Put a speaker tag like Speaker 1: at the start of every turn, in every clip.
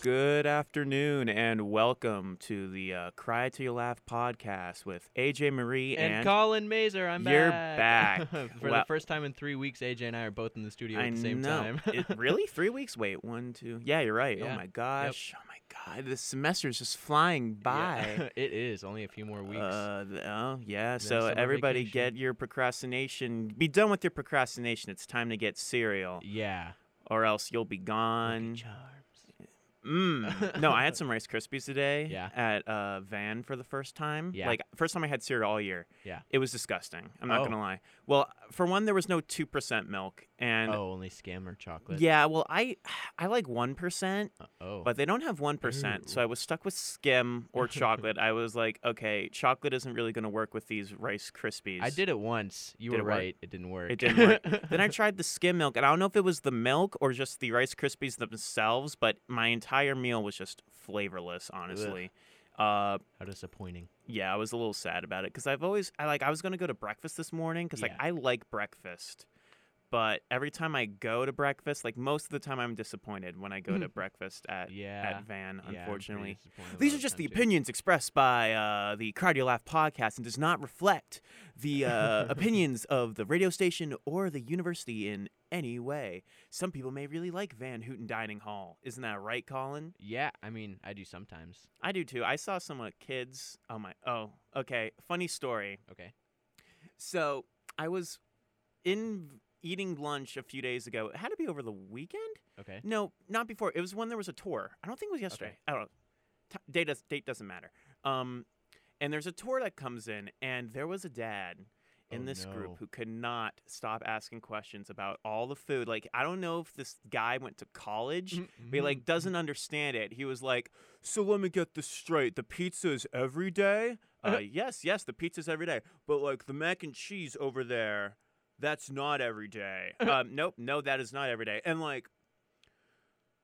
Speaker 1: Good afternoon and welcome to the uh, Cry to Your Laugh podcast with AJ Marie
Speaker 2: And,
Speaker 1: and,
Speaker 2: Colin Mazer, I'm
Speaker 1: You're
Speaker 2: back.
Speaker 1: back.
Speaker 2: For
Speaker 1: Wow.
Speaker 2: the first time in three weeks, AJ and I are both in the studio
Speaker 1: I
Speaker 2: at the same
Speaker 1: know.
Speaker 2: time.
Speaker 1: It- really? Three weeks? Wait, one, two. Yeah, you're right.
Speaker 2: Yeah.
Speaker 1: Oh my gosh. Oh my god. This semester's just flying by.
Speaker 2: Yeah. it is only a few more weeks.
Speaker 1: Uh, th- oh yeah. So
Speaker 2: summer
Speaker 1: everybody,
Speaker 2: vacation.
Speaker 1: get your procrastination. Be done with your procrastination. It's time to get cereal,
Speaker 2: yeah.
Speaker 1: or else you'll be gone.
Speaker 2: Lucky Charms.
Speaker 1: Mm. No, I had some Rice Krispies today
Speaker 2: Yeah.
Speaker 1: at uh, Van for the first time.
Speaker 2: Yeah.
Speaker 1: Like, first time I had cereal all year.
Speaker 2: Yeah.
Speaker 1: It was disgusting. I'm not
Speaker 2: Oh.
Speaker 1: going to lie. Well, for one, there was no 2% milk. And
Speaker 2: oh, only scammer chocolate.
Speaker 1: yeah, well, I I like 1%,
Speaker 2: Uh, oh.
Speaker 1: but they don't have 1%. So I was stuck with skim or chocolate. I was like, okay, chocolate isn't really going to work with these Rice Krispies.
Speaker 2: I did it once. You
Speaker 1: Did
Speaker 2: were
Speaker 1: it work?
Speaker 2: right. It didn't work.
Speaker 1: It didn't work. then I tried the skim milk, and I don't know if it was the milk or just the Rice Krispies themselves, but my entire meal was just flavorless, honestly. Uh,
Speaker 2: How disappointing.
Speaker 1: yeah, I was a little sad about it because I've always, I like, I was gonna go to breakfast this morning because like
Speaker 2: Yeah.
Speaker 1: I like breakfast, but every time I go to breakfast, like most of the time, I'm disappointed when I go to breakfast at
Speaker 2: Yeah.
Speaker 1: at Van.
Speaker 2: Yeah, I'm pretty
Speaker 1: Unfortunately,
Speaker 2: disappointed
Speaker 1: these are
Speaker 2: about
Speaker 1: just the
Speaker 2: them, too.
Speaker 1: opinions expressed by uh, the Cardio Laugh podcast and does not reflect the uh, opinions of the radio station or the university in any way. Some people may really like Van Houten Dining Hall. Isn't that right, Colin?
Speaker 2: Yeah, I mean, I do sometimes.
Speaker 1: I do too. I saw some uh, kids. Oh my. Oh, okay. Funny story.
Speaker 2: Okay.
Speaker 1: So I was in eating lunch a few days ago. It had to be over the weekend.
Speaker 2: Okay.
Speaker 1: No, not before. It was when there was a tour. I don't think it was yesterday.
Speaker 2: Okay.
Speaker 1: I don't know. T- date, does, date doesn't matter. Um, and there's a tour that comes in, and there was a dad in
Speaker 2: Oh,
Speaker 1: this
Speaker 2: no.
Speaker 1: group who could not stop asking questions about all the food. Like, I don't know if this guy went to college. But he like doesn't understand it. He was like, "So let me get this straight. The pizza is every day. Uh, yes, yes, the pizza's every day. But like the mac and cheese over there, that's not every day. Um, nope, no, that is not every day. And like,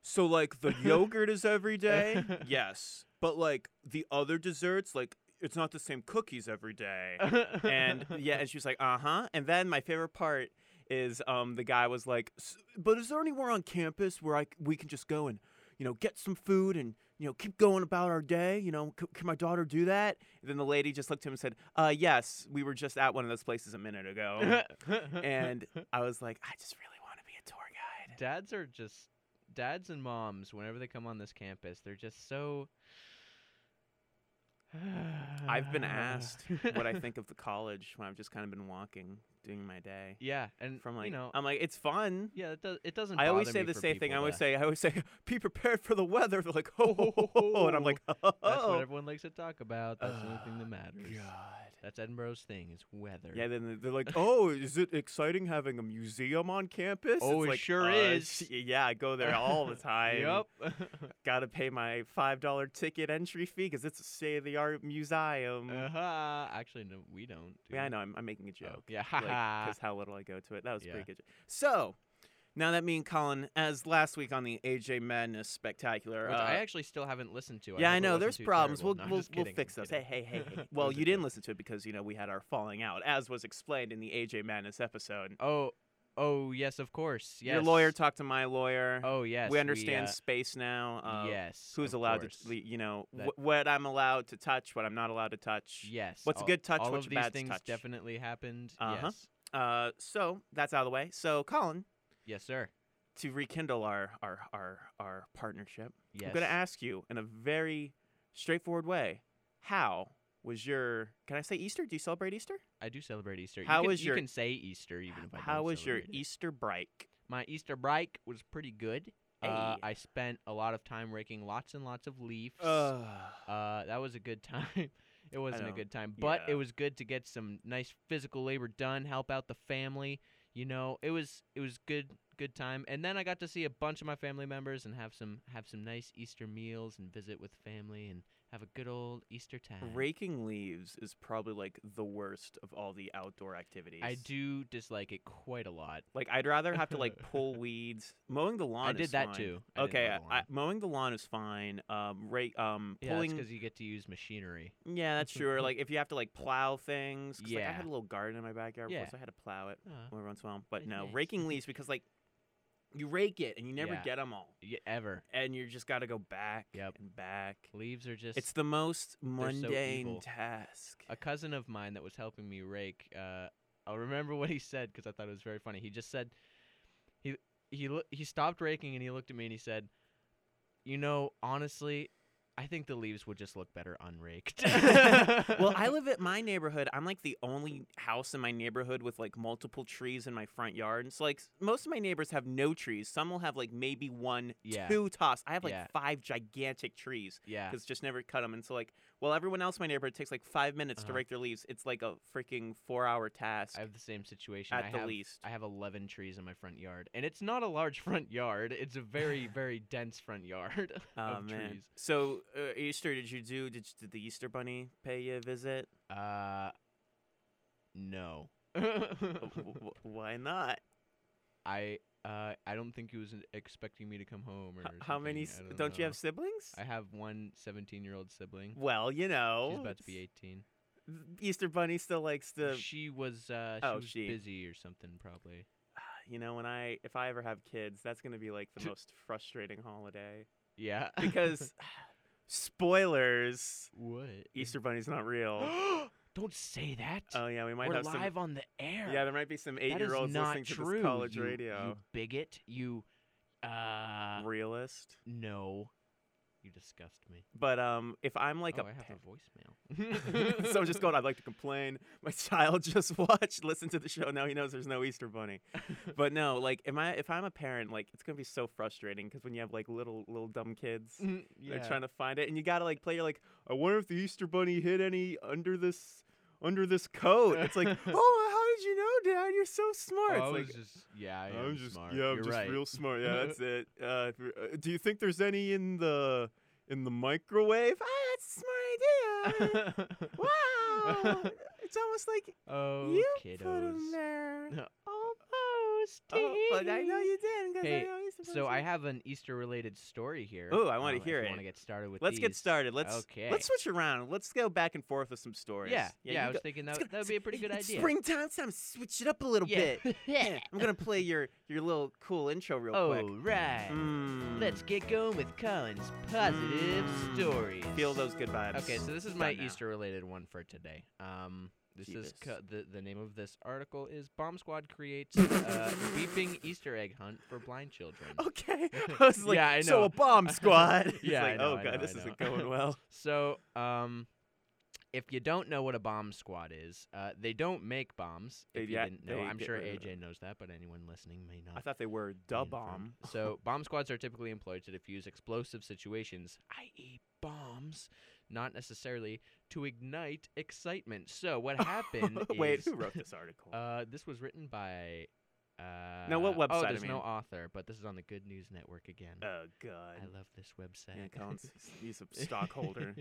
Speaker 1: so like the yogurt is every day. Yes, but like the other desserts, like it's not the same cookies every day and yeah, and she was like, uh huh. And then my favorite part is um the guy was like, "S- but is there anywhere on campus where I c- we can just go and you know get some food and you know keep going about our day? You know, c- can my daughter do that? And then the lady just looked at him and said, uh yes, we were just at one of those places a minute ago. oh. and I was like, I just really want to be a tour guide.
Speaker 2: dads are just dads and moms whenever they come on this campus they're just so
Speaker 1: I've been asked what I think of the college when I've just kind of been walking, doing my day.
Speaker 2: yeah and
Speaker 1: From like,
Speaker 2: you know
Speaker 1: I'm like, it's fun.
Speaker 2: yeah it, does, it doesn't
Speaker 1: I always
Speaker 2: bother
Speaker 1: say
Speaker 2: me
Speaker 1: the
Speaker 2: for
Speaker 1: same thing. I
Speaker 2: people
Speaker 1: always
Speaker 2: to-
Speaker 1: say, I always say, be prepared for the weather. They're like, ho, ho, ho, ho, ho," and I'm like, oh,
Speaker 2: that's what everyone likes to talk about that's the only thing that matters
Speaker 1: God.
Speaker 2: that's edinburgh's thing is weather
Speaker 1: Yeah, then they- they're like, oh, is it exciting having a museum on campus?
Speaker 2: Oh,
Speaker 1: It's
Speaker 2: it
Speaker 1: like,
Speaker 2: sure
Speaker 1: "Uh,
Speaker 2: is."
Speaker 1: sh- Yeah, I go there all the time.
Speaker 2: yep
Speaker 1: Got to pay my five dollar ticket entry fee because it's a state of the art museum.
Speaker 2: uh-huh. actually no we don't do
Speaker 1: yeah, I
Speaker 2: that.
Speaker 1: know. I'm, I'm making a
Speaker 2: Oh,
Speaker 1: joke.
Speaker 2: yeah
Speaker 1: because how little I go to it. That was a
Speaker 2: Yeah.
Speaker 1: pretty good. jo- So, now that me and Colin, as last week on the AJ Madness Spectacular,
Speaker 2: Which
Speaker 1: uh,
Speaker 2: I actually still haven't listened to.
Speaker 1: yeah,
Speaker 2: hope
Speaker 1: I
Speaker 2: it
Speaker 1: know.
Speaker 2: wasn't
Speaker 1: There's
Speaker 2: too
Speaker 1: problems.
Speaker 2: terrible.
Speaker 1: We'll
Speaker 2: No, I'm
Speaker 1: we'll,
Speaker 2: just
Speaker 1: we'll
Speaker 2: kidding, I'm
Speaker 1: fix those. Hey,
Speaker 2: kidding.
Speaker 1: hey, hey, hey. hey.
Speaker 2: It
Speaker 1: Well,
Speaker 2: was a
Speaker 1: you didn't
Speaker 2: joke.
Speaker 1: listen to it because you know we had our falling out, as was explained in the AJ Madness episode.
Speaker 2: Oh, oh yes, of course. Yes.
Speaker 1: Your lawyer talked to my lawyer.
Speaker 2: Oh yes.
Speaker 1: we understand
Speaker 2: uh,
Speaker 1: space now. Uh,
Speaker 2: yes.
Speaker 1: Who's
Speaker 2: of
Speaker 1: allowed
Speaker 2: course.
Speaker 1: to, you know,
Speaker 2: That-
Speaker 1: wh- what I'm allowed to touch, what I'm not allowed to touch.
Speaker 2: Yes.
Speaker 1: what's a
Speaker 2: all-
Speaker 1: good touch,
Speaker 2: All
Speaker 1: what's
Speaker 2: of
Speaker 1: a
Speaker 2: these
Speaker 1: bad
Speaker 2: things
Speaker 1: touch?
Speaker 2: definitely happened.
Speaker 1: Uh-huh.
Speaker 2: Yes.
Speaker 1: Uh, so that's out of the way. So, Colin,
Speaker 2: Yes, sir.
Speaker 1: to rekindle our our our, our partnership,
Speaker 2: Yes.
Speaker 1: I'm going to ask you in a very straightforward way, how was your? Can I say Easter? Do you celebrate Easter?
Speaker 2: I do celebrate Easter.
Speaker 1: How
Speaker 2: you can,
Speaker 1: was
Speaker 2: you
Speaker 1: your-
Speaker 2: can say Easter even if I
Speaker 1: how
Speaker 2: don't
Speaker 1: was your
Speaker 2: celebrate it.
Speaker 1: Easter break?
Speaker 2: My Easter break was pretty good. Uh,
Speaker 1: Hey.
Speaker 2: I spent a lot of time raking lots and lots of leaves. Uh, that was a good time. It wasn't a
Speaker 1: know.
Speaker 2: good time, but
Speaker 1: Yeah.
Speaker 2: it was good to get some nice physical labor done, help out the family. You know, it was it was good good time. And then I got to see a bunch of my family members and have some have some nice Easter meals and visit with family and have a good old Easter time.
Speaker 1: Raking leaves is probably like the worst of all the outdoor activities.
Speaker 2: I do dislike it quite a lot.
Speaker 1: Like I'd rather have to like pull weeds. Mowing the lawn.
Speaker 2: I did
Speaker 1: is
Speaker 2: that
Speaker 1: fine.
Speaker 2: too. I did
Speaker 1: Okay,
Speaker 2: mow the
Speaker 1: I,
Speaker 2: lawn.
Speaker 1: mowing the lawn is fine. Um, rake, um,
Speaker 2: yeah,
Speaker 1: pulling.
Speaker 2: because you get to use machinery.
Speaker 1: yeah, that's true. Or like if you have to like plow things. 'cause, Like, I
Speaker 2: Yeah.
Speaker 1: had a little garden in my backyard, before,
Speaker 2: Yeah.
Speaker 1: so I had to plow it
Speaker 2: Uh,
Speaker 1: every once in a while. But
Speaker 2: that's
Speaker 1: no,
Speaker 2: nice.
Speaker 1: raking leaves because like you rake it and you never
Speaker 2: Yeah.
Speaker 1: get them all,
Speaker 2: Y- ever.
Speaker 1: and you just got to go back
Speaker 2: Yep.
Speaker 1: and back.
Speaker 2: Leaves are just.
Speaker 1: It's the most mundane
Speaker 2: evil.
Speaker 1: task.
Speaker 2: a cousin of mine that was helping me rake. Uh, I'll remember what he said because I thought it was very funny. He just said, he he loo- he stopped raking and he looked at me and he said, "You know, honestly, I think the leaves would just look better unraked."
Speaker 1: well, I live at my neighborhood. I'm like the only house in my neighborhood with like multiple trees in my front yard. And so like s- most of my neighbors have no trees. Some will have like maybe one,
Speaker 2: Yeah.
Speaker 1: two tops. I have like
Speaker 2: Yeah.
Speaker 1: five gigantic trees
Speaker 2: yeah.
Speaker 1: because just never cut them. And so like, well, everyone else in my neighborhood takes like five minutes to
Speaker 2: Uh-huh.
Speaker 1: rake their leaves. It's like a freaking four-hour task
Speaker 2: I have the same situation.
Speaker 1: at
Speaker 2: I
Speaker 1: the
Speaker 2: have,
Speaker 1: least.
Speaker 2: I have 11 trees in my front yard, and it's not a large front yard. It's a very, very dense front yard
Speaker 1: oh
Speaker 2: of
Speaker 1: man!
Speaker 2: trees.
Speaker 1: So uh, Easter, did you do? Did, did the Easter Bunny pay you a visit?
Speaker 2: Uh, no.
Speaker 1: W- w- w- Why not?
Speaker 2: I uh I don't think he was n- expecting me to come home or
Speaker 1: H- How many? s-
Speaker 2: something, I
Speaker 1: Don't, you have siblings?
Speaker 2: know. I have one 17 year old sibling.
Speaker 1: Well, you know,
Speaker 2: She's about to be
Speaker 1: it's-
Speaker 2: 18.
Speaker 1: Easter Bunny still likes to.
Speaker 2: she was uh she
Speaker 1: Oh,
Speaker 2: was
Speaker 1: she.
Speaker 2: busy or something probably.
Speaker 1: You know, when I if I ever have kids, that's gonna be like the most frustrating holiday
Speaker 2: Yeah.
Speaker 1: because, spoilers,
Speaker 2: what?
Speaker 1: Easter Bunny's not real.
Speaker 2: don't say that.
Speaker 1: Oh yeah, we might
Speaker 2: We're
Speaker 1: have
Speaker 2: live on the air.
Speaker 1: some. Yeah, there might be some
Speaker 2: That is
Speaker 1: eight year olds
Speaker 2: not
Speaker 1: listening to
Speaker 2: true,
Speaker 1: this college
Speaker 2: you- You
Speaker 1: radio.
Speaker 2: bigot. You uh
Speaker 1: Realist,
Speaker 2: no. You disgust me.
Speaker 1: but um, if I'm like
Speaker 2: oh,
Speaker 1: a
Speaker 2: I
Speaker 1: pa-
Speaker 2: have a voicemail.
Speaker 1: so I'm just going, I'd like to complain. My child just watched, listened to the show. Now he knows there's no Easter bunny. But no, like, am I? If I'm a parent, like, it's gonna be so frustrating because when you have like little little dumb kids,
Speaker 2: Mm-hmm. yeah.
Speaker 1: they're trying to find it, and you gotta like play. You're like, I wonder if the Easter bunny hid any under this under this coat. It's like, oh, how did you know, Dad? You're so
Speaker 2: Oh,
Speaker 1: smart.
Speaker 2: I
Speaker 1: it's
Speaker 2: was
Speaker 1: like.
Speaker 2: just yeah, I
Speaker 1: I'm
Speaker 2: am
Speaker 1: just
Speaker 2: smart.
Speaker 1: yeah, I'm
Speaker 2: You're
Speaker 1: just
Speaker 2: right.
Speaker 1: real smart. Yeah, that's it. Uh, if you're- uh, do you think there's any in the in the microwave? Ah, that's a smart idea. Wow! it's almost like
Speaker 2: oh,
Speaker 1: you
Speaker 2: kiddos. Oh,
Speaker 1: put him there.
Speaker 2: Almost.
Speaker 1: Oh, but I know
Speaker 2: did.
Speaker 1: you did because
Speaker 2: Hey,
Speaker 1: I know he's
Speaker 2: So I have an Easter-related story here. Um,
Speaker 1: Ooh, I wanna hear
Speaker 2: Want
Speaker 1: it.
Speaker 2: to get started with?
Speaker 1: Let's get
Speaker 2: these.
Speaker 1: started. Let's
Speaker 2: Okay.
Speaker 1: let's switch around. Let's go back and forth with some stories.
Speaker 2: Yeah, yeah. I
Speaker 1: you
Speaker 2: was
Speaker 1: go-
Speaker 2: thinking
Speaker 1: it's
Speaker 2: that,
Speaker 1: gonna-
Speaker 2: that would be a pretty good
Speaker 1: it's
Speaker 2: idea.
Speaker 1: Springtime, it's time to switch it up a little
Speaker 2: yeah.
Speaker 1: bit. Yeah, I'm gonna play your your little cool intro real
Speaker 2: All
Speaker 1: quick.
Speaker 2: right.
Speaker 1: Mm.
Speaker 2: Let's get going with Colin's positive
Speaker 1: Mm.
Speaker 2: stories.
Speaker 1: feel those good vibes.
Speaker 2: Okay, so this is my
Speaker 1: done now.
Speaker 2: Easter-related one for today. Um, this is
Speaker 1: Jeebus.
Speaker 2: co- the the name of this article is Bomb Squad creates uh, beeping Easter egg hunt for blind children.
Speaker 1: Oh. Okay. I was like,
Speaker 2: Yeah, I
Speaker 1: so
Speaker 2: know.
Speaker 1: a bomb squad. It's
Speaker 2: Yeah, I
Speaker 1: like,
Speaker 2: know,
Speaker 1: oh
Speaker 2: I
Speaker 1: god,
Speaker 2: know,
Speaker 1: this
Speaker 2: I
Speaker 1: isn't
Speaker 2: know.
Speaker 1: going well.
Speaker 2: So, um, if you don't know what a bomb squad is, uh, they don't make bombs.
Speaker 1: They-
Speaker 2: if you
Speaker 1: yeah,
Speaker 2: didn't know,
Speaker 1: they
Speaker 2: I'm
Speaker 1: get
Speaker 2: sure
Speaker 1: rid of
Speaker 2: AJ knows that, but anyone listening may not.
Speaker 1: I thought they were
Speaker 2: be
Speaker 1: da
Speaker 2: informed.
Speaker 1: bomb.
Speaker 2: so, bomb squads are typically employed to defuse explosive situations, i.e., bombs, not necessarily to ignite excitement. So, what happened?
Speaker 1: Wait,
Speaker 2: is,
Speaker 1: who wrote this article?
Speaker 2: Uh, this was written by. Uh,
Speaker 1: what website,
Speaker 2: Oh,
Speaker 1: I
Speaker 2: there's no
Speaker 1: mean?
Speaker 2: author, but this is on the Good News Network again.
Speaker 1: oh
Speaker 2: I
Speaker 1: god.
Speaker 2: love this website.
Speaker 1: Yeah, Colin's he's a stockholder.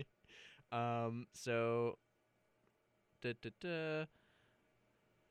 Speaker 2: um, so duh, duh, duh.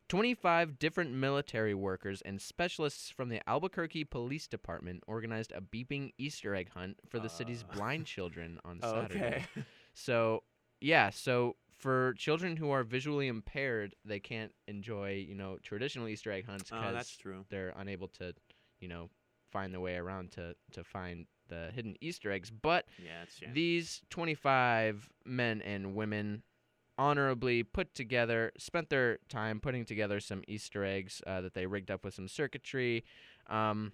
Speaker 2: 25 different military workers and specialists from the Albuquerque Police Department organized a beeping Easter egg hunt for the city's
Speaker 1: Uh.
Speaker 2: blind children on
Speaker 1: Oh,
Speaker 2: Saturday.
Speaker 1: okay.
Speaker 2: So, yeah, so for children who are visually impaired, they can't enjoy, you know, traditional Easter egg hunts
Speaker 1: Oh, that's
Speaker 2: because
Speaker 1: true.
Speaker 2: they're unable to, you know, find their way around to to find the hidden Easter eggs, but
Speaker 1: Yeah, that's true.
Speaker 2: these 25 men and women honorably put together, spent their time putting together some Easter eggs uh, that they rigged up with some circuitry um,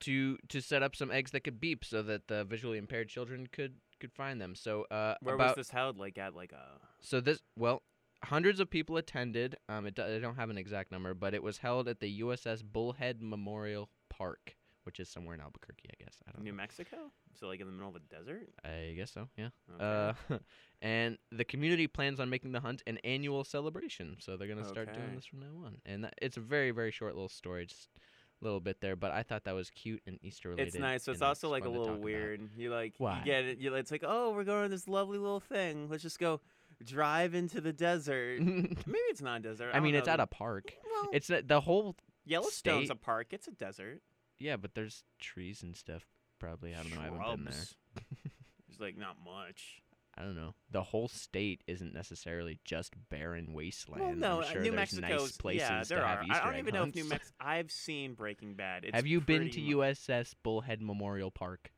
Speaker 2: to to set up some eggs that could beep so that the visually impaired children could could find them. So uh,
Speaker 1: Where
Speaker 2: about
Speaker 1: was this held? Like at like uh, a
Speaker 2: so this well, hundreds of people attended. Um, it, do- I don't have an exact number, but it was held at the USS Bullhead Memorial Park, which is somewhere in Albuquerque, I guess. I don't
Speaker 1: New
Speaker 2: know.
Speaker 1: Mexico? So like in the middle of a desert?
Speaker 2: I guess so. Yeah.
Speaker 1: Okay.
Speaker 2: Uh, and the community plans on making the hunt an annual celebration, so they're gonna start doing
Speaker 1: Okay.
Speaker 2: this from now on. And that, it's a very, very short little story, just a little bit there, but I thought that was cute and Easter related.
Speaker 1: it's nice. So it's
Speaker 2: and
Speaker 1: also like a
Speaker 2: fun to
Speaker 1: little
Speaker 2: talk about.
Speaker 1: weird. You like
Speaker 2: Why?
Speaker 1: you get it. You it's like oh we're going to this lovely little thing. Let's just go drive into the desert. Maybe it's not a desert.
Speaker 2: I mean,
Speaker 1: don't
Speaker 2: it's
Speaker 1: know.
Speaker 2: at a park.
Speaker 1: well,
Speaker 2: It's a, the whole
Speaker 1: Yellowstone's a
Speaker 2: state.
Speaker 1: park. It's a desert.
Speaker 2: yeah, but there's trees and stuff. Probably I don't know. I haven't been there.
Speaker 1: Shrubs. There's like not much.
Speaker 2: I don't know. The whole state isn't necessarily just barren wasteland.
Speaker 1: Well, no,
Speaker 2: I'm
Speaker 1: uh,
Speaker 2: sure
Speaker 1: New
Speaker 2: there's
Speaker 1: Mexico's
Speaker 2: nice places
Speaker 1: yeah, there
Speaker 2: to
Speaker 1: are.
Speaker 2: have Easter
Speaker 1: I don't
Speaker 2: egg
Speaker 1: even know if New
Speaker 2: hunts.
Speaker 1: Mexico. I've seen Breaking Bad. It's
Speaker 2: have you been to
Speaker 1: pretty mu-
Speaker 2: USS Bullhead Memorial Park?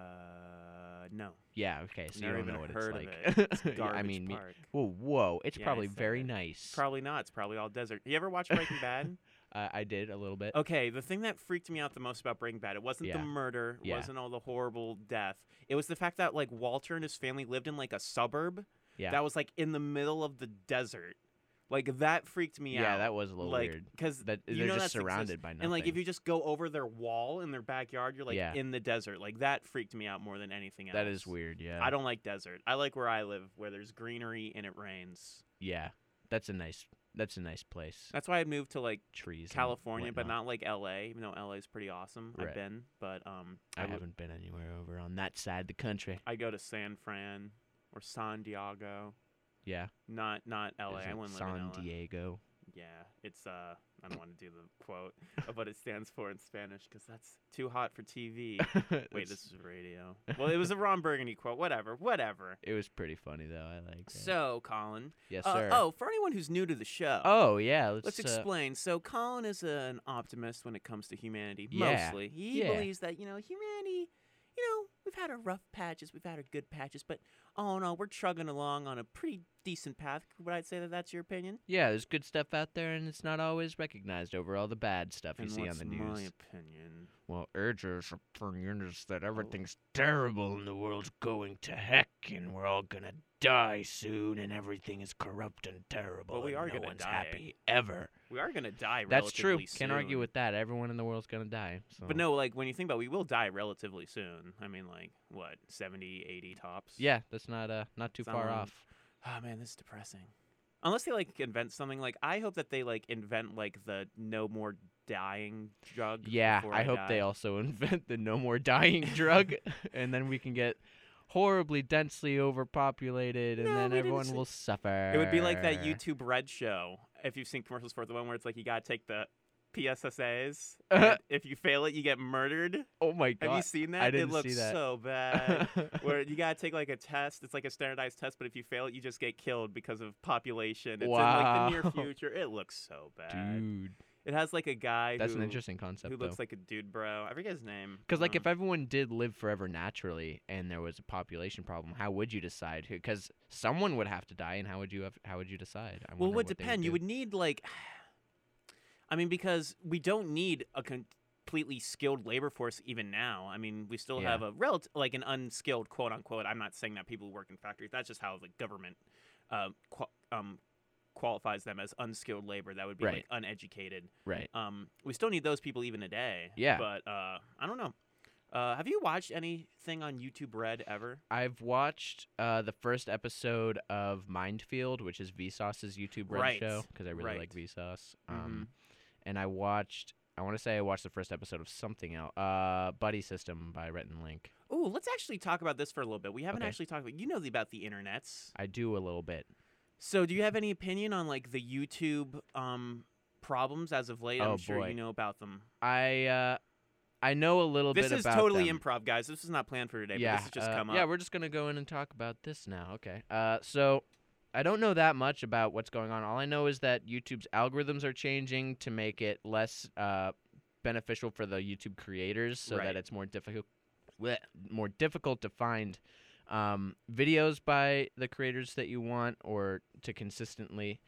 Speaker 1: Uh, no.
Speaker 2: Yeah. Okay. So
Speaker 1: Never
Speaker 2: you
Speaker 1: even
Speaker 2: don't know what
Speaker 1: heard of
Speaker 2: it's like.
Speaker 1: it. It's
Speaker 2: Yeah, I
Speaker 1: garbage
Speaker 2: mean, me-
Speaker 1: park.
Speaker 2: whoa, whoa! It's
Speaker 1: Yeah, I
Speaker 2: probably
Speaker 1: saw
Speaker 2: very
Speaker 1: it.
Speaker 2: nice.
Speaker 1: Probably not. It's probably all desert. You ever watch Breaking Bad?
Speaker 2: Uh, I did a little bit.
Speaker 1: Okay, the thing that freaked me out the most about Breaking Bad, it wasn't
Speaker 2: Yeah.
Speaker 1: the murder, it
Speaker 2: Yeah.
Speaker 1: wasn't all the horrible death. It was the fact that like Walter and his family lived in like a suburb
Speaker 2: Yeah.
Speaker 1: that was like in the middle of the desert. Like that freaked me
Speaker 2: yeah,
Speaker 1: out.
Speaker 2: that was a little
Speaker 1: like,
Speaker 2: weird.
Speaker 1: Cuz
Speaker 2: That
Speaker 1: you
Speaker 2: they're
Speaker 1: know
Speaker 2: just
Speaker 1: that's exist-
Speaker 2: surrounded by nothing.
Speaker 1: and like if you just go over their wall in their backyard, you're like
Speaker 2: Yeah.
Speaker 1: in the desert. Like that freaked me out more than anything else.
Speaker 2: that is weird. Yeah.
Speaker 1: I don't like desert. I like where I live where there's greenery and it rains.
Speaker 2: Yeah. That's a nice. That's a nice place.
Speaker 1: That's why I moved to like
Speaker 2: Trees. and
Speaker 1: Uh, California, but
Speaker 2: whatnot.
Speaker 1: not like LA. Even though LA is pretty awesome,
Speaker 2: Right.
Speaker 1: I've been, but um,
Speaker 2: I,
Speaker 1: I, would,
Speaker 2: haven't been anywhere over on that side of the country.
Speaker 1: I go to San Fran or San Diego,
Speaker 2: Yeah.
Speaker 1: not not LA. I
Speaker 2: isn't
Speaker 1: wouldn't live in
Speaker 2: San
Speaker 1: LA.
Speaker 2: Diego.
Speaker 1: Yeah, it's uh, I don't want to do the quote of what it stands for in Spanish because that's too hot for TV. Wait,
Speaker 2: It's-
Speaker 1: this is radio. Well, it was a Ron Burgundy quote. Whatever, whatever.
Speaker 2: It was pretty funny though. I liked it.
Speaker 1: So, Colin.
Speaker 2: yes,
Speaker 1: uh,
Speaker 2: sir.
Speaker 1: oh, for anyone who's new to the show.
Speaker 2: Oh, yeah. Let's,
Speaker 1: Let's
Speaker 2: uh,
Speaker 1: explain. So Colin is an optimist when it comes to humanity.
Speaker 2: Yeah,
Speaker 1: Mostly, he
Speaker 2: yeah.
Speaker 1: believes that you know humanity. You know, we've had our rough patches, we've had our good patches, but all in all, we're trugging along on a pretty decent path. Would I say that that's your opinion?
Speaker 2: yeah, there's good stuff out there, and it's not always recognized over all the bad stuff you
Speaker 1: and
Speaker 2: see on
Speaker 1: what's
Speaker 2: the
Speaker 1: my
Speaker 2: news.
Speaker 1: opinion?
Speaker 2: Well, urges opinion is that
Speaker 1: Oh.
Speaker 2: everything's terrible and the world's going to heck and we're all gonna die soon and everything is corrupt and terrible.
Speaker 1: Well, we
Speaker 2: and
Speaker 1: are
Speaker 2: no
Speaker 1: gonna
Speaker 2: one's
Speaker 1: die.
Speaker 2: happy ever.
Speaker 1: We are gonna die.
Speaker 2: That's true.
Speaker 1: relatively
Speaker 2: Can't argue
Speaker 1: soon.
Speaker 2: with that. Everyone in the world's gonna die. So.
Speaker 1: But no, like when you think about, it, we will die relatively soon. I mean, like what, 70, 80 tops?
Speaker 2: Yeah, that's not uh not too
Speaker 1: It's not
Speaker 2: far
Speaker 1: long.
Speaker 2: off.
Speaker 1: Oh man, this is depressing. Unless they like invent something like I hope that they like invent like the no more dying drug.
Speaker 2: Yeah,
Speaker 1: before
Speaker 2: I hope they
Speaker 1: die.
Speaker 2: also invent the no more dying drug, and then we can get horribly densely overpopulated, and
Speaker 1: No, we
Speaker 2: then
Speaker 1: didn't
Speaker 2: everyone
Speaker 1: say-
Speaker 2: will suffer.
Speaker 1: It would be like that YouTube Red show if you've seen commercials for it, the one where it's like you gotta take the PSSAs. and if you fail it, you get murdered.
Speaker 2: Oh my
Speaker 1: Have you
Speaker 2: god!
Speaker 1: seen that?
Speaker 2: didn't
Speaker 1: it
Speaker 2: see
Speaker 1: looks
Speaker 2: that.
Speaker 1: so bad. where you gotta take like a test. It's like a standardized test, but if you fail it, you just get killed because of population. It's in like the
Speaker 2: Wow.
Speaker 1: near future. It looks so bad.
Speaker 2: Dude,
Speaker 1: It has like uh, a guy
Speaker 2: that's
Speaker 1: who,
Speaker 2: an interesting concept
Speaker 1: who
Speaker 2: though.
Speaker 1: looks like a dude bro. I forget his name.
Speaker 2: because like
Speaker 1: Um,
Speaker 2: if everyone did live forever naturally and there was a population problem, how would you decide? Because someone would have to die, and how would you have, how would you decide? I
Speaker 1: Well,
Speaker 2: wonder
Speaker 1: it
Speaker 2: what
Speaker 1: would
Speaker 2: they
Speaker 1: depend. You
Speaker 2: do.
Speaker 1: would need like, I mean, because we don't need a con- completely skilled labor force even now. I mean, we still
Speaker 2: Yeah.
Speaker 1: have a relative, like an unskilled quote unquote. I'm not saying that people who work in factories. That's just how the government, uh, qua um, qualifies them as unskilled labor. That would be like
Speaker 2: Right.
Speaker 1: uneducated.
Speaker 2: right.
Speaker 1: Um, we still need those people even today.
Speaker 2: Yeah.
Speaker 1: But uh, I don't know. Uh, have you watched anything on YouTube Red ever?
Speaker 2: I've watched uh, the first episode of Mindfield, which is Vsauce's YouTube red
Speaker 1: Right,
Speaker 2: show, because I really like
Speaker 1: right. Mm-hmm.
Speaker 2: Vsauce. Um, And I watched, I want to say I watched the first episode of something else, uh, Buddy System by Rhett and Link.
Speaker 1: Ooh, let's actually talk about this for a little bit. We haven't
Speaker 2: Okay.
Speaker 1: actually talked about. You know the, about the internets.
Speaker 2: I do a little bit.
Speaker 1: So, do you have any opinion on like the YouTube um problems as of late?
Speaker 2: Oh,
Speaker 1: I'm sure
Speaker 2: boy.
Speaker 1: you know about them.
Speaker 2: I uh, I know a little
Speaker 1: This
Speaker 2: bit
Speaker 1: is
Speaker 2: about
Speaker 1: totally
Speaker 2: them.
Speaker 1: improv, guys. This is not planned for today, but
Speaker 2: yeah,
Speaker 1: this has just
Speaker 2: uh,
Speaker 1: come
Speaker 2: Yeah,
Speaker 1: up.
Speaker 2: we're just gonna go in and talk about this now. Okay. Uh, so I don't know that much about what's going on. All I know is that YouTube's algorithms are changing to make it less uh, beneficial for the YouTube creators, so
Speaker 1: Right.
Speaker 2: that it's more difficult, bleh, more difficult to find um, videos by the creators that you want or to consistently.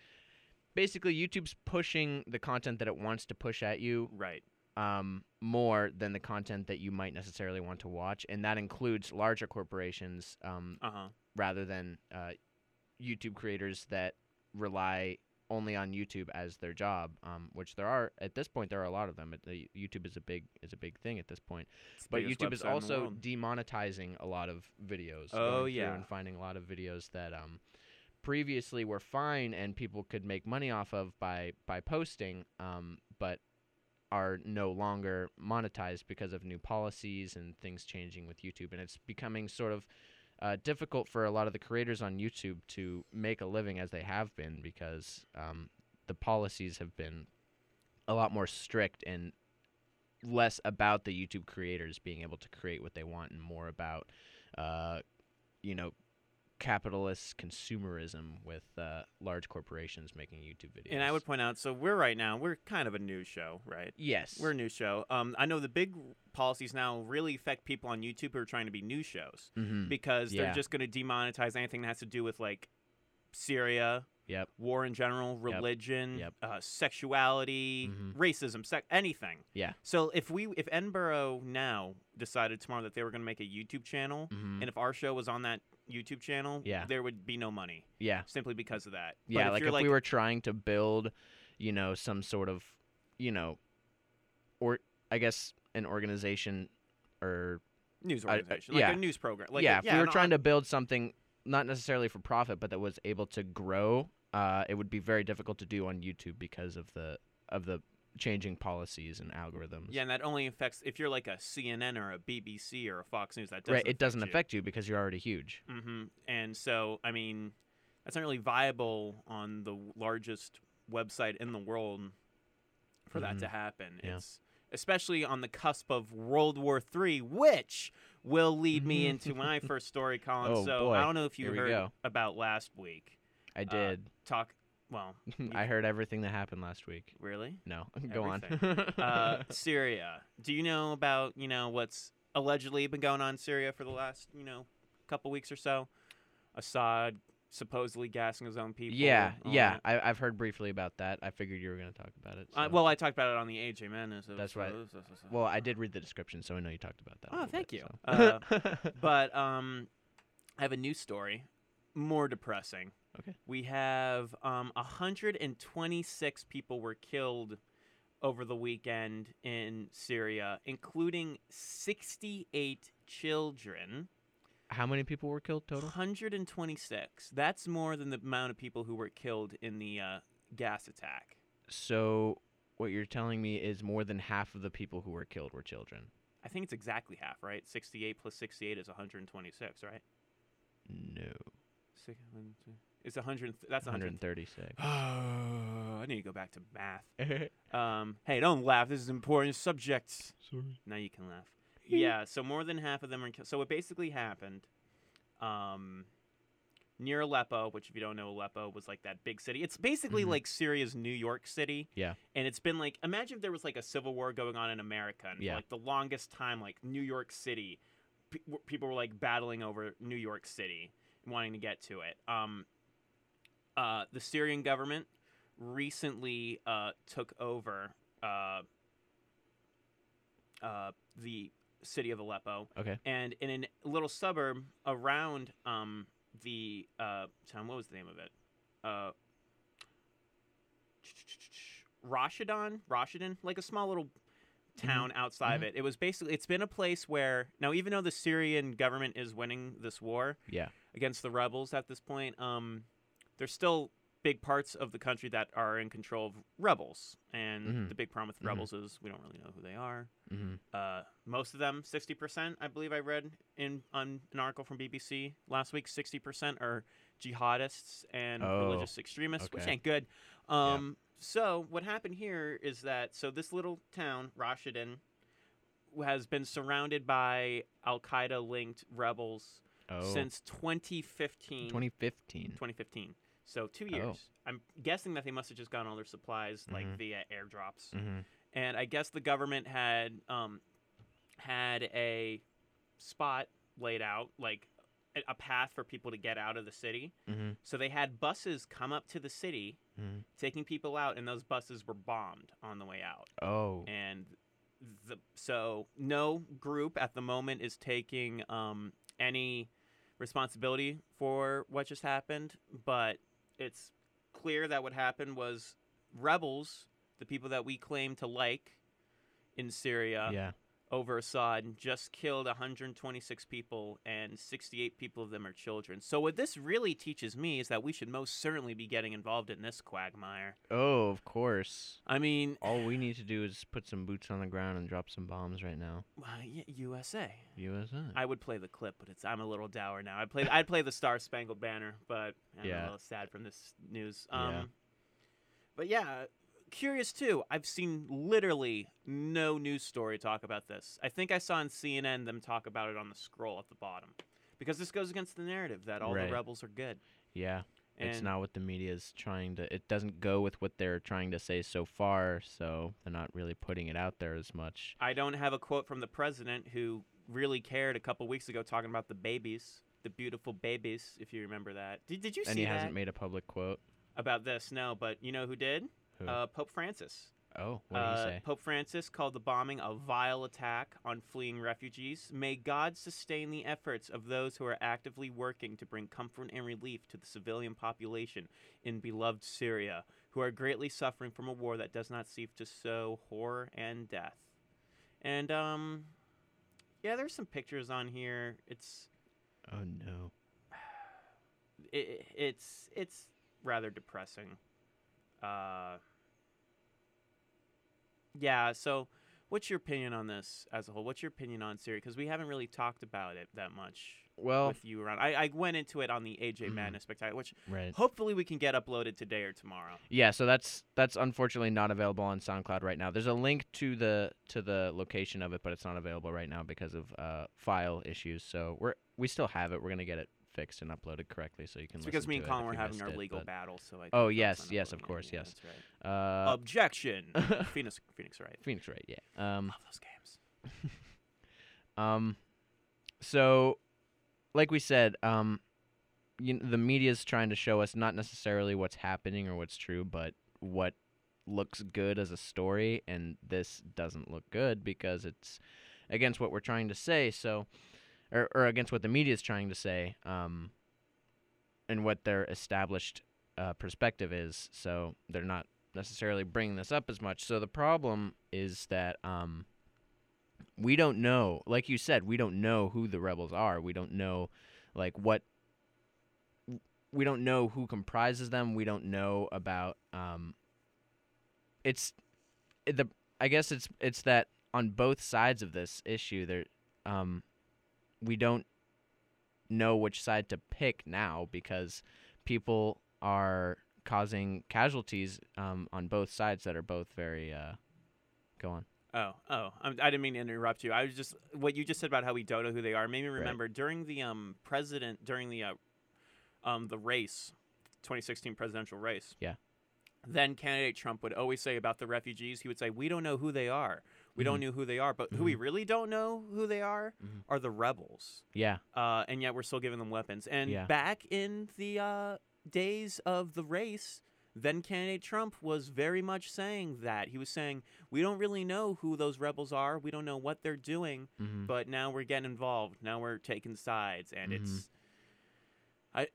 Speaker 2: Basically, YouTube's pushing the content that it wants to push at you
Speaker 1: Right.
Speaker 2: um, more than the content that you might necessarily want to watch, and that includes larger corporations um,
Speaker 1: Uh huh.
Speaker 2: rather than uh, YouTube creators that rely only on YouTube as their job, um, which there are at this point. There are a lot of them. It, the, YouTube is a big is a big thing at this point, but YouTube is also demonetizing a lot of videos.
Speaker 1: Oh,
Speaker 2: going through
Speaker 1: yeah.
Speaker 2: and finding a lot of videos that um, previously were fine and people could make money off of by by posting, um, but are no longer monetized because of new policies and things changing with YouTube, and it's becoming sort of uh, difficult for a lot of the creators on YouTube to make a living as they have been because um, the policies have been a lot more strict and less about the YouTube creators being able to create what they want and more about, uh, you know, capitalist consumerism with uh, large corporations making YouTube videos.
Speaker 1: And I would point out, so we're right now, we're kind of a news show, right?
Speaker 2: yes,
Speaker 1: We're a news show. Um, I know the big policies now really affect people on YouTube who are trying to be news shows
Speaker 2: Mhm.
Speaker 1: because
Speaker 2: Yeah.
Speaker 1: they're just going to demonetize anything that has to do with like Syria,
Speaker 2: yep,
Speaker 1: war in general, religion,
Speaker 2: Yep.
Speaker 1: Uh, sexuality,
Speaker 2: Mhm.
Speaker 1: racism, sec- anything.
Speaker 2: Yeah.
Speaker 1: So if we, if Edinburgh now decided tomorrow that they were going to make a YouTube channel,
Speaker 2: Mhm.
Speaker 1: and if our show was on that YouTube channel,
Speaker 2: Yeah.
Speaker 1: there would be no money
Speaker 2: yeah,
Speaker 1: simply because of that. But
Speaker 2: yeah.
Speaker 1: if
Speaker 2: Like
Speaker 1: you're
Speaker 2: if we were trying to build, you know, some sort of, you know, or I guess an organization or
Speaker 1: news
Speaker 2: I- I-
Speaker 1: organization, like
Speaker 2: uh, yeah.
Speaker 1: a news program, like
Speaker 2: yeah, if we were
Speaker 1: no,
Speaker 2: trying to build something not necessarily for profit, but that was able to grow, uh, it would be very difficult to do on YouTube because of the of the changing policies and algorithms.
Speaker 1: Yeah, and that only affects if you're like a CNN or a BBC or a Fox News. That doesn't
Speaker 2: right. It doesn't affect you because you're already huge.
Speaker 1: hmm And so, I mean, that's not really viable on the w- largest website in the world for that to happen.
Speaker 2: Mm-hmm. Yeah.
Speaker 1: It's especially on the cusp of World War III, which will lead me
Speaker 2: Mhm.
Speaker 1: into my first story, Colin.
Speaker 2: Oh,
Speaker 1: so
Speaker 2: boy.
Speaker 1: I don't know if you
Speaker 2: Here we
Speaker 1: heard
Speaker 2: go.
Speaker 1: about last week.
Speaker 2: I did.
Speaker 1: Talk. Well,
Speaker 2: I heard everything that happened last week.
Speaker 1: really.
Speaker 2: No, go on.
Speaker 1: Uh, Syria. Do you know about you know what's allegedly been going on in Syria for the last you know couple weeks or so? Assad supposedly gassing his own people.
Speaker 2: yeah,
Speaker 1: all
Speaker 2: yeah.
Speaker 1: that.
Speaker 2: I, I've heard briefly about that. I figured you were going to talk about it.
Speaker 1: Uh,
Speaker 2: so-
Speaker 1: well, I talked about it on the AJ Man.
Speaker 2: That's right. well, I did read the description, so I know you talked about that. a
Speaker 1: Oh,
Speaker 2: little
Speaker 1: thank
Speaker 2: bit,
Speaker 1: you. Uh,
Speaker 2: so.
Speaker 1: But um, I have a new story, more depressing.
Speaker 2: Okay.
Speaker 1: We have um 126 people were killed over the weekend in Syria, including 68 children.
Speaker 2: How many people were killed total?
Speaker 1: 126. That's more than the amount of people who were killed in the uh, gas attack.
Speaker 2: So what you're telling me is more than half of the people who were killed were children.
Speaker 1: I think it's exactly half, right? 68 plus 68 is 126, right?
Speaker 2: No,
Speaker 1: Six- one, two- It's 100. That's 100.
Speaker 2: 136.
Speaker 1: I need to go back to math. Um, hey, don't laugh. This is important subject.
Speaker 2: Sorry.
Speaker 1: Now you can laugh. yeah, so more than half of them are killed. So what basically happened um, near Aleppo, which if you don't know, Aleppo was like that big city. It's basically
Speaker 2: Mhm.
Speaker 1: like Syria's New York City.
Speaker 2: Yeah.
Speaker 1: And it's been like imagine if there was like a civil war going on in America, and for,
Speaker 2: Yeah.
Speaker 1: like the longest time, like New York City, pe- w- people were like battling over New York City, and wanting to get to it. Um, uh, the Syrian government recently uh, took over uh, uh, the city of Aleppo.
Speaker 2: Okay.
Speaker 1: And in a little suburb around um, the uh, town, what was the name of it? Uh, Rashidon, Rashidon, like a small little town outside of it. It was basically it's been a place where now even though the Syrian government is winning this war,
Speaker 2: Yeah.
Speaker 1: against the rebels at this point. Um, there's still big parts of the country that are in control of rebels, and
Speaker 2: Mhm.
Speaker 1: the big problem with
Speaker 2: Mhm.
Speaker 1: rebels is we don't really know who they are.
Speaker 2: hmm
Speaker 1: Uh, most of them, 60%, I believe I read in on an article from BBC last week, 60% are jihadists and
Speaker 2: Oh,
Speaker 1: religious extremists, which
Speaker 2: okay.
Speaker 1: ain't good. Um, So what happened here is that so this little town, Rashidun, has been surrounded by Al Qaeda linked rebels
Speaker 2: Oh.
Speaker 1: since 2015.
Speaker 2: 2015.
Speaker 1: 2015. So two
Speaker 2: Oh.
Speaker 1: years. I'm guessing that they must have just gotten all their supplies like
Speaker 2: Mhm.
Speaker 1: via airdrops.
Speaker 2: hmm
Speaker 1: And I guess the government had um, had a spot laid out, like a- a path for people to get out of the city.
Speaker 2: hmm
Speaker 1: So they had buses come up to the city,
Speaker 2: Mhm.
Speaker 1: taking people out, and those buses were bombed on the way out
Speaker 2: Oh.
Speaker 1: and the so no group at the moment is taking um, any responsibility for what just happened, but it's clear that what happened was rebels, the people that we claim to like in Syria
Speaker 2: yeah.
Speaker 1: over Assad, just killed 126 people, and 68 people of them are children. So what this really teaches me is that we should most certainly be getting involved in this quagmire.
Speaker 2: Oh, of course.
Speaker 1: I mean,
Speaker 2: All we need to do is put some boots on the ground and drop some bombs right now.
Speaker 1: uh, y- USA.
Speaker 2: USA.
Speaker 1: I would play the clip, but it's I'm a little dour now. I play I'd play the Star Spangled Banner, but I'm a
Speaker 2: Yeah.
Speaker 1: little sad from this news. Um,
Speaker 2: Yeah.
Speaker 1: But yeah, curious too. I've seen literally no news story talk about this. I think I saw on CNN them talk about it on the scroll at the bottom, because this goes against the narrative that all
Speaker 2: Right.
Speaker 1: the rebels are good.
Speaker 2: Yeah.
Speaker 1: And
Speaker 2: it's not what the media is trying to it doesn't go with what they're trying to say so far, so they're not really putting it out there as much.
Speaker 1: I don't have a quote from the president who really cared a couple weeks ago talking about the babies, the beautiful babies, if you remember that. Did, did you
Speaker 2: and
Speaker 1: see
Speaker 2: he
Speaker 1: that
Speaker 2: hasn't made a public quote.
Speaker 1: about this? No, but you know who did?
Speaker 2: Who?
Speaker 1: Uh, Pope Francis.
Speaker 2: oh, what did
Speaker 1: Uh,
Speaker 2: he say?
Speaker 1: Pope Francis called the bombing a vile attack on fleeing refugees. May God sustain the efforts of those who are actively working to bring comfort and relief to the civilian population in beloved Syria, who are greatly suffering from a war that does not cease to sow horror and death. And um, yeah, there's some pictures on here. It's
Speaker 2: Oh no.
Speaker 1: it, it's it's rather depressing. Uh, yeah. So, what's your opinion on this as a whole? What's your opinion on Siri? Because we haven't really talked about it that much
Speaker 2: Well,
Speaker 1: with you around. I, I went into it on the AJ
Speaker 2: Mhm.
Speaker 1: Madness spectacular, which
Speaker 2: right.
Speaker 1: hopefully we can get uploaded today or tomorrow.
Speaker 2: Yeah, so that's that's unfortunately not available on SoundCloud right now. There's a link to the to the location of it, but it's not available right now because of uh, file issues. So we're we still have it. We're gonna get it fixed and uploaded correctly, so you can.
Speaker 1: It's because
Speaker 2: listen
Speaker 1: me
Speaker 2: to
Speaker 1: and
Speaker 2: it if
Speaker 1: Colin were
Speaker 2: you
Speaker 1: having
Speaker 2: missed
Speaker 1: our
Speaker 2: it,
Speaker 1: legal
Speaker 2: but-
Speaker 1: battle, so I. think
Speaker 2: Oh,
Speaker 1: that's
Speaker 2: yes,
Speaker 1: not
Speaker 2: yes, of
Speaker 1: uploading it.
Speaker 2: course,
Speaker 1: Yeah,
Speaker 2: yes.
Speaker 1: that's right.
Speaker 2: Uh,
Speaker 1: Objection. Phoenix, Phoenix, right?
Speaker 2: Phoenix, right? Yeah. Um,
Speaker 1: Love those games.
Speaker 2: Um, so, like we said, um, you kn- the media's trying to show us not necessarily what's happening or what's true, but what looks good as a story, and this doesn't look good because it's against what we're trying to say. So, or or against what the media's trying to say. Um, and what their established uh, perspective is. So they're not necessarily bringing this up as much. So the problem is that um, we don't know. Like you said, we don't know who the rebels are. We don't know, like what. We don't know who comprises them. We don't know about. Um, it's the. I guess it's it's that on both sides of this issue there, um, we don't know which side to pick now because people are causing casualties um, on both sides that are both very. Uh, go on.
Speaker 1: Oh, oh, I'm, I didn't mean to interrupt you. I was just what you just said about how we don't know who they are made me remember during the um president during the uh, um the race, 2016 presidential race.
Speaker 2: Yeah.
Speaker 1: Then candidate Trump would always say about the refugees, he would say, "We don't know who they are. We don't know who they are, but who we really don't know who they are
Speaker 2: Mhm.
Speaker 1: are the rebels."
Speaker 2: Yeah.
Speaker 1: uh, and yet we're still giving them weapons. And
Speaker 2: Yeah.
Speaker 1: back in the uh, days of the race, then candidate Trump was very much saying that. He was saying, We don't really know who those rebels are. We don't know what they're doing,
Speaker 2: Mm-hmm.
Speaker 1: but now we're getting involved. Now we're taking sides. And
Speaker 2: Mhm.
Speaker 1: it's. I.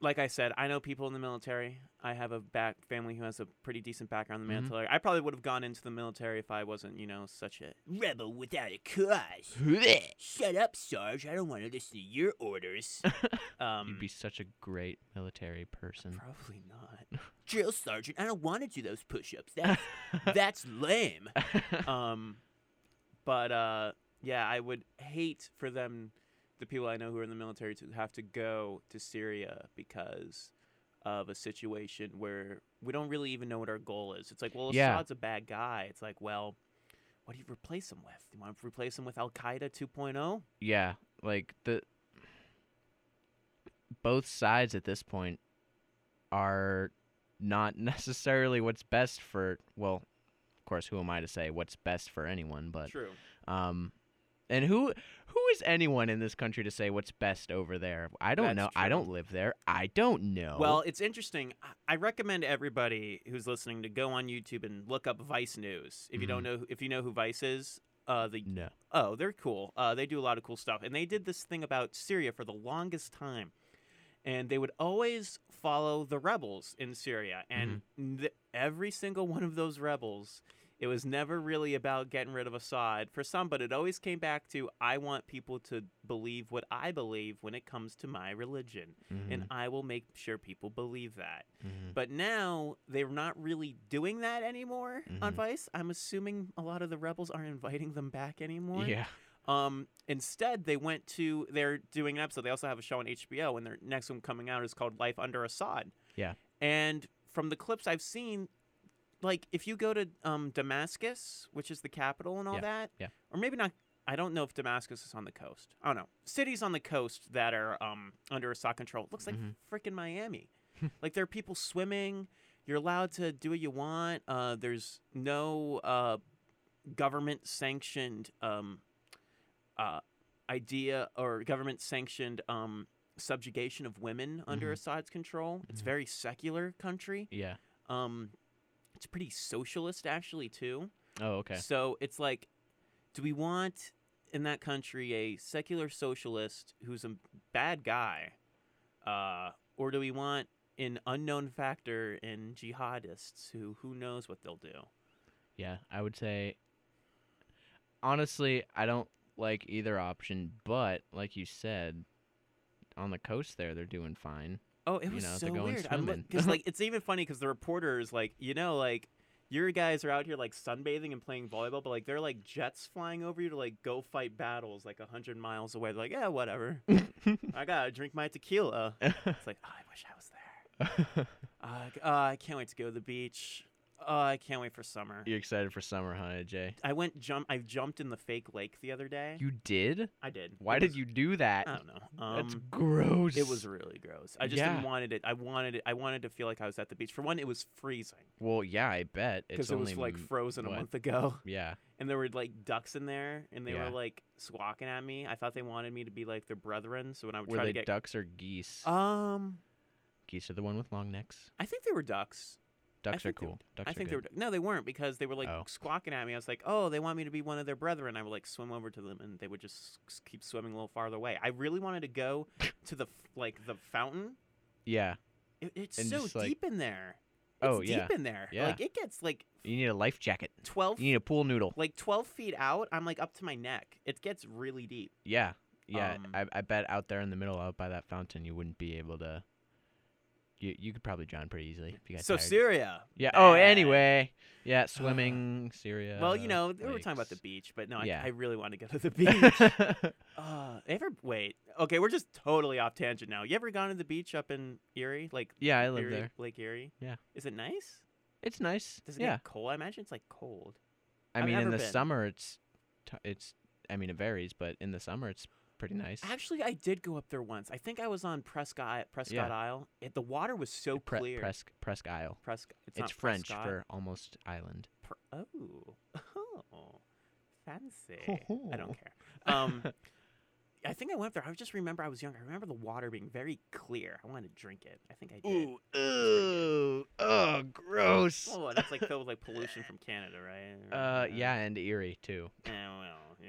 Speaker 1: Like I said, I know people in the military. I have a back family who has a pretty decent background in the
Speaker 2: Mhm.
Speaker 1: military. I probably would have gone into the military if I wasn't, you know, such a rebel without a cause. Shut up, Sarge. I don't want to listen to your orders. um,
Speaker 2: You'd be such a great military person.
Speaker 1: probably not. Drill sergeant, I don't want to do those push-ups. That's, that's lame. Um, but uh, yeah, I would hate for them, the people I know who are in the military, to have to go to Syria because of a situation where we don't really even know what our goal is. It's like, well,
Speaker 2: Yeah.
Speaker 1: Assad's a bad guy. It's like, well, what do you replace him with? You want to replace him with Al Qaeda oh? 2.0?
Speaker 2: yeah, like the both sides at this point are not necessarily what's best for well, of course, who am I to say what's best for anyone, but
Speaker 1: True.
Speaker 2: um and who who is anyone in this country to say what's best over there? I don't
Speaker 1: That's
Speaker 2: know. I
Speaker 1: true.
Speaker 2: don't live there. I don't know.
Speaker 1: Well, it's interesting. I- I recommend everybody who's listening to go on YouTube and look up Vice News. If you don't know, if you know who Vice is, uh, the
Speaker 2: no.
Speaker 1: oh, they're cool. Uh, they do a lot of cool stuff, and they did this thing about Syria for the longest time, and they would always follow the rebels in Syria, and th- every single one of those rebels. It was never really about getting rid of Assad for some, but it always came back to I want people to believe what I believe when it comes to my religion and I will make sure people believe that.
Speaker 2: Mhm,
Speaker 1: But now they're not really doing that anymore on
Speaker 2: Mhm.
Speaker 1: Vice. I'm assuming a lot of the rebels aren't inviting them back anymore.
Speaker 2: mhm. yeah.
Speaker 1: Um, instead, they went to they're doing an episode. They also have a show on HBO, and their next one coming out is called Life Under Assad.
Speaker 2: Yeah.
Speaker 1: And from the clips I've seen, like if you go to um, Damascus, which is the capital and all
Speaker 2: Yeah,
Speaker 1: that,
Speaker 2: yeah.
Speaker 1: or maybe not I don't know if Damascus is on the coast. I don't know. Cities on the coast that are um, under Assad control. It looks like
Speaker 2: Mhm.
Speaker 1: freaking Miami. like there are people swimming. You're allowed to do what you want. Uh, there's no uh, government sanctioned um, uh, idea or government sanctioned um, subjugation of women under
Speaker 2: Mhm.
Speaker 1: Assad's control. It's
Speaker 2: Mhm.
Speaker 1: very secular country.
Speaker 2: Yeah.
Speaker 1: Um, it's pretty socialist actually too.
Speaker 2: Oh, okay.
Speaker 1: So it's like, do we want in that country a secular socialist who's a bad guy, uh, or do we want an unknown factor in jihadists who who knows what they'll do?
Speaker 2: Yeah, I would say honestly, I don't like either option, but like you said, on the coast there they're doing fine.
Speaker 1: Oh, it
Speaker 2: You
Speaker 1: was
Speaker 2: know,
Speaker 1: so
Speaker 2: they're going
Speaker 1: weird. I'm
Speaker 2: swimming.
Speaker 1: because like it's even funny because the reporter is like, you know, like your guys are out here like sunbathing and playing volleyball, but like they're like jets flying over you to like go fight battles like hundred miles away. They're like, yeah, whatever. I gotta drink my tequila. It's like, oh, I wish I was there. Uh, g- uh, I can't wait to go to the beach. Uh, I can't wait for summer.
Speaker 2: You're excited for summer, huh, Jay?
Speaker 1: I went jump. I jumped in the fake lake the other day.
Speaker 2: You did?
Speaker 1: I did.
Speaker 2: Why
Speaker 1: Eh. It
Speaker 2: did
Speaker 1: was-
Speaker 2: you do that?
Speaker 1: I don't know.
Speaker 2: That's
Speaker 1: Um,
Speaker 2: gross.
Speaker 1: it was really gross. I just
Speaker 2: Yeah.
Speaker 1: didn't wanted it. I wanted it. I wanted to feel like I was at the beach. For one, it was freezing
Speaker 2: Well, yeah, I bet.
Speaker 1: because
Speaker 2: It's
Speaker 1: it was
Speaker 2: only
Speaker 1: like
Speaker 2: m-
Speaker 1: frozen
Speaker 2: what?
Speaker 1: a month ago,
Speaker 2: Yeah.
Speaker 1: and there were like ducks in there, and they
Speaker 2: Yeah.
Speaker 1: were like squawking at me. I thought they wanted me to be like their brethren. So when I would
Speaker 2: Were
Speaker 1: try
Speaker 2: they
Speaker 1: to get,
Speaker 2: ducks or geese?
Speaker 1: um,
Speaker 2: geese are the one with long necks.
Speaker 1: I think they were ducks.
Speaker 2: Ducks are
Speaker 1: think they-
Speaker 2: cool. Ducks
Speaker 1: I think
Speaker 2: are
Speaker 1: they
Speaker 2: good.
Speaker 1: were no, they weren't because they were like
Speaker 2: Oh.
Speaker 1: squawking at me. I was like, oh, they want me to be one of their brethren. I would like swim over to them, and they would just s- keep swimming a little farther away. I really wanted to go to the f- like the fountain.
Speaker 2: Yeah.
Speaker 1: It, it's
Speaker 2: And
Speaker 1: so
Speaker 2: just, like-
Speaker 1: deep in there. It's
Speaker 2: Oh, yeah.
Speaker 1: deep in there.
Speaker 2: Yeah.
Speaker 1: Like it gets like
Speaker 2: You need a life jacket.
Speaker 1: twelve,
Speaker 2: You need a pool noodle.
Speaker 1: like twelve feet out. I'm like up to my neck. It gets really deep.
Speaker 2: Yeah, yeah.
Speaker 1: Um,
Speaker 2: I, I bet out there in the middle out by that fountain, you wouldn't be able to. You you could probably drown pretty easily if you got
Speaker 1: So
Speaker 2: tired.
Speaker 1: Syria.
Speaker 2: Yeah. Oh,
Speaker 1: bad.
Speaker 2: anyway. Yeah, swimming Syria.
Speaker 1: Well, you know, we were talking about the beach, but no,
Speaker 2: Uh, Yeah.
Speaker 1: I, I really want to go to the beach.
Speaker 2: beach.
Speaker 1: uh, ever wait? Okay, we're just totally off tangent now. You ever gone to the beach up in Erie, like
Speaker 2: yeah, I live
Speaker 1: Erie-
Speaker 2: there.
Speaker 1: Lake Erie.
Speaker 2: Yeah.
Speaker 1: Is it nice?
Speaker 2: It's nice.
Speaker 1: Does it
Speaker 2: yeah.
Speaker 1: get cold? I imagine it's like cold.
Speaker 2: I
Speaker 1: I've
Speaker 2: mean, in
Speaker 1: never
Speaker 2: the
Speaker 1: been.
Speaker 2: summer, it's t- it's. I mean, it varies, but in the summer, it's pretty nice.
Speaker 1: Actually, I did go up there once. I think I was on Prescott I- Prescott
Speaker 2: Yeah.
Speaker 1: Isle. It, the water was so
Speaker 2: Pre-
Speaker 1: clear.
Speaker 2: Presque Presque Isle.
Speaker 1: Presc- it's,
Speaker 2: It's,
Speaker 1: not
Speaker 2: French
Speaker 1: Prescott.
Speaker 2: for almost island.
Speaker 1: Pre- oh, oh, fancy. Eh, I don't care. Um, I think I went up there. I just remember I was young. I remember the water being very clear. I wanted to drink it. I think I did.
Speaker 2: Ooh, ooh, oh, gross.
Speaker 1: Oh, that's like filled with like pollution from Canada, right?
Speaker 2: Uh, yeah, and Erie too.
Speaker 1: Eh, well, yeah.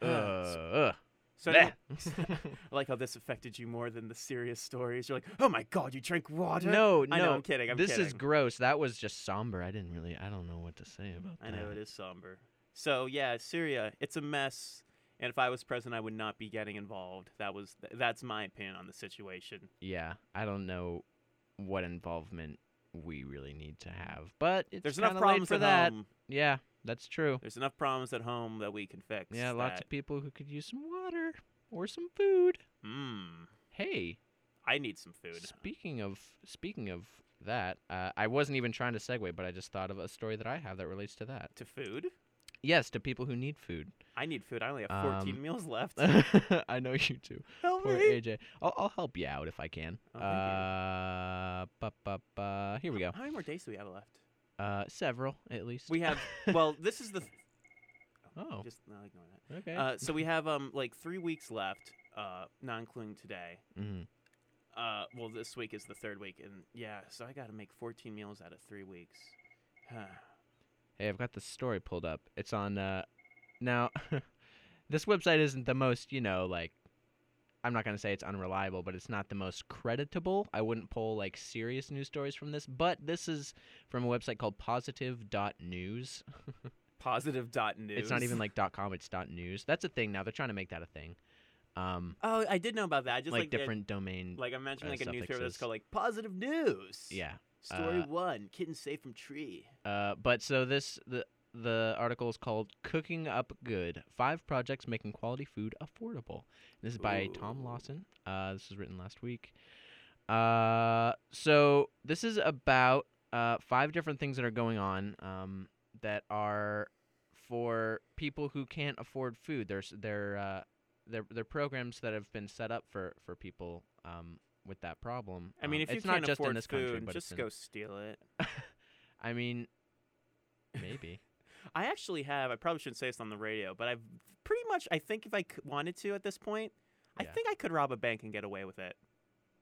Speaker 2: Uh,
Speaker 1: yeah.
Speaker 2: ugh.
Speaker 1: so
Speaker 2: Uh, Bleh.
Speaker 1: anyway, I like how this affected you more than the serious stories. You're like, oh my god, you drank water.
Speaker 2: no, no.
Speaker 1: I know. I'm kidding. I'm
Speaker 2: this
Speaker 1: kidding.
Speaker 2: is gross. That was just somber. I didn't really. I don't know what to say about
Speaker 1: I
Speaker 2: that.
Speaker 1: know it is somber. So yeah, Syria, it's a mess. And if I was president, I would not be getting involved. That was th- that's my opinion on the situation.
Speaker 2: Yeah, I don't know what involvement we really need to have, but it's
Speaker 1: There's enough
Speaker 2: kinda late
Speaker 1: problems
Speaker 2: for
Speaker 1: at
Speaker 2: that.
Speaker 1: home.
Speaker 2: Yeah, that's true.
Speaker 1: There's enough problems at home that we can fix.
Speaker 2: Yeah, lots
Speaker 1: that-
Speaker 2: of people who could use some water or some food.
Speaker 1: Mm,
Speaker 2: Hey,
Speaker 1: I need some food.
Speaker 2: Speaking of speaking of that, uh, I wasn't even trying to segue, but I just thought of a story that I have that relates to that.
Speaker 1: To food?
Speaker 2: Yes, to people who need food.
Speaker 1: I need food. I only have 14
Speaker 2: Um,
Speaker 1: meals left.
Speaker 2: I know you do.
Speaker 1: Help
Speaker 2: Poor
Speaker 1: me.
Speaker 2: AJ. I'll, I'll help you out if I can.
Speaker 1: Oh, thank you.
Speaker 2: uh, bu- bu- bu- here we go.
Speaker 1: How many more days do we have left?
Speaker 2: Uh, several at least.
Speaker 1: We have well, this is the th-
Speaker 2: Oh,
Speaker 1: just no, ignore that.
Speaker 2: okay.
Speaker 1: Uh, so we have um like three weeks left, uh, not including today.
Speaker 2: Mhm.
Speaker 1: Uh, well, this week is the third week, and yeah, so I got to make 14 meals out of three weeks. Huh.
Speaker 2: Hey, I've got the story pulled up. It's on. Uh, now, this website isn't the most, you know, like. I'm not gonna say it's unreliable, but it's not the most creditable. I wouldn't pull like serious news stories from this, but this is from a website called Positive.News.
Speaker 1: Positive dot news.
Speaker 2: It's not even like dot .com. It's dot .news. That's a thing now. They're trying to make that a thing. Um,
Speaker 1: Oh, I did know about that. I just
Speaker 2: like,
Speaker 1: like, the-
Speaker 2: different domain.
Speaker 1: like I mentioned,
Speaker 2: uh,
Speaker 1: like a newspaper that's
Speaker 2: suffixes.
Speaker 1: called like positive news.
Speaker 2: yeah.
Speaker 1: Story
Speaker 2: uh,
Speaker 1: one: Kitten saved from tree.
Speaker 2: Uh, but so this the the article is called "Cooking Up Good: Five Projects Making Quality Food Affordable." This is by Tom
Speaker 1: Ooh.
Speaker 2: Lawson. Uh, this was written last week. Uh, so this is about uh, five different things that are going on um, that are for people who can't afford food. There's there uh, there there are programs that have been set up for for people um, with that problem.
Speaker 1: I mean,
Speaker 2: Um,
Speaker 1: if you
Speaker 2: it's
Speaker 1: can't
Speaker 2: not just
Speaker 1: afford
Speaker 2: in this
Speaker 1: food,
Speaker 2: country, but it's
Speaker 1: just
Speaker 2: in-
Speaker 1: go steal it.
Speaker 2: I mean, maybe.
Speaker 1: I actually have. I probably shouldn't say this on the radio, but I've pretty much. I think if I c- wanted to at this point, I
Speaker 2: Yeah.
Speaker 1: think I could rob a bank and get away with it.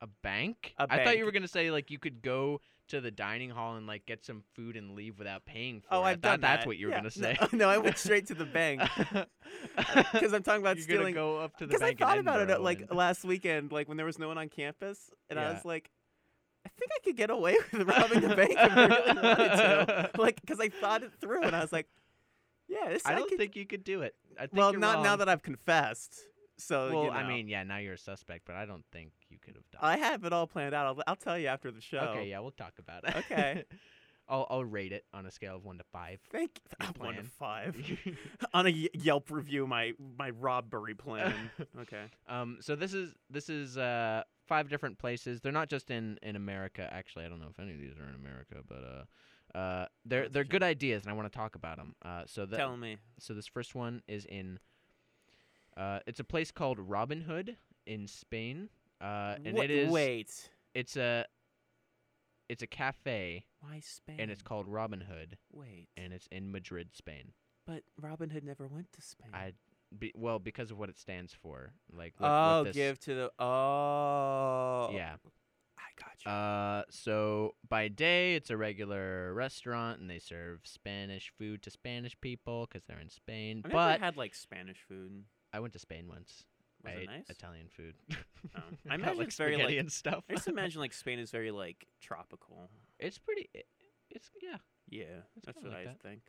Speaker 2: A bank?
Speaker 1: A
Speaker 2: I thought you
Speaker 1: bank.
Speaker 2: were gonna say like you could go to the dining hall and like get some food and leave without paying for
Speaker 1: Oh,
Speaker 2: it. I
Speaker 1: I've
Speaker 2: thought
Speaker 1: done
Speaker 2: that's
Speaker 1: that.
Speaker 2: what you were
Speaker 1: Yeah,
Speaker 2: gonna say.
Speaker 1: No, no, I went straight to the bank because I'm talking about
Speaker 2: You're
Speaker 1: stealing.
Speaker 2: gonna go up to the
Speaker 1: Because I
Speaker 2: bank. in
Speaker 1: thought about it uh,
Speaker 2: Edinburgh
Speaker 1: like
Speaker 2: and-
Speaker 1: last weekend, like when there was no one on campus, and I
Speaker 2: Yeah.
Speaker 1: was like, I think I could get away with robbing the bank if I really wanted to. Like, because I thought it through, and I was like, yeah, this
Speaker 2: I don't
Speaker 1: could,
Speaker 2: think you could do it. I think
Speaker 1: Well,
Speaker 2: you're
Speaker 1: not now
Speaker 2: wrong.
Speaker 1: that I've confessed. So you
Speaker 2: Well, I
Speaker 1: know.
Speaker 2: mean, yeah, now you're a suspect, but I don't think you could have done.
Speaker 1: I
Speaker 2: it.
Speaker 1: have it all planned out. I'll, I'll tell you after the show.
Speaker 2: Okay, yeah, we'll talk about it.
Speaker 1: Okay.
Speaker 2: I'll I'll rate it on a scale of one to five.
Speaker 1: Thank
Speaker 2: Your
Speaker 1: one to
Speaker 2: plan.
Speaker 1: five on a Ye- Yelp review. My my robbery plan. okay.
Speaker 2: um, so this is this is uh five different places. They're not just in in America. Actually, I don't know if any of these are in America, but uh, uh, they're
Speaker 1: That's
Speaker 2: they're
Speaker 1: true.
Speaker 2: good ideas, and I want to talk about them. Uh, so the
Speaker 1: tell me.
Speaker 2: so this first one is in uh, it's a place called Robin Hood in Spain. Uh, and
Speaker 1: Wha-
Speaker 2: it is
Speaker 1: Wait.
Speaker 2: it's a it's a cafe
Speaker 1: Why Spain?
Speaker 2: and it's called Robin Hood
Speaker 1: Wait.
Speaker 2: and it's in Madrid, Spain.
Speaker 1: but Robin Hood never went to Spain.
Speaker 2: I be, well because of what it stands for, like with,
Speaker 1: oh,
Speaker 2: with this,
Speaker 1: give to the oh.
Speaker 2: yeah.
Speaker 1: I got you.
Speaker 2: Uh, so by day it's a regular restaurant and they serve Spanish food to Spanish people because they're in Spain.
Speaker 1: I've
Speaker 2: but
Speaker 1: never had like Spanish food.
Speaker 2: I went to Spain once.
Speaker 1: Was
Speaker 2: I
Speaker 1: it
Speaker 2: ate
Speaker 1: nice? Oh.
Speaker 2: Italian food.
Speaker 1: I
Speaker 2: got,
Speaker 1: imagine
Speaker 2: like
Speaker 1: it's very, like-
Speaker 2: spaghetti and stuff.
Speaker 1: I just imagine like Spain is very like tropical.
Speaker 2: it's pretty. i it's yeah.
Speaker 1: Yeah,
Speaker 2: It's
Speaker 1: that's
Speaker 2: kinda
Speaker 1: what
Speaker 2: like
Speaker 1: I
Speaker 2: that.
Speaker 1: think.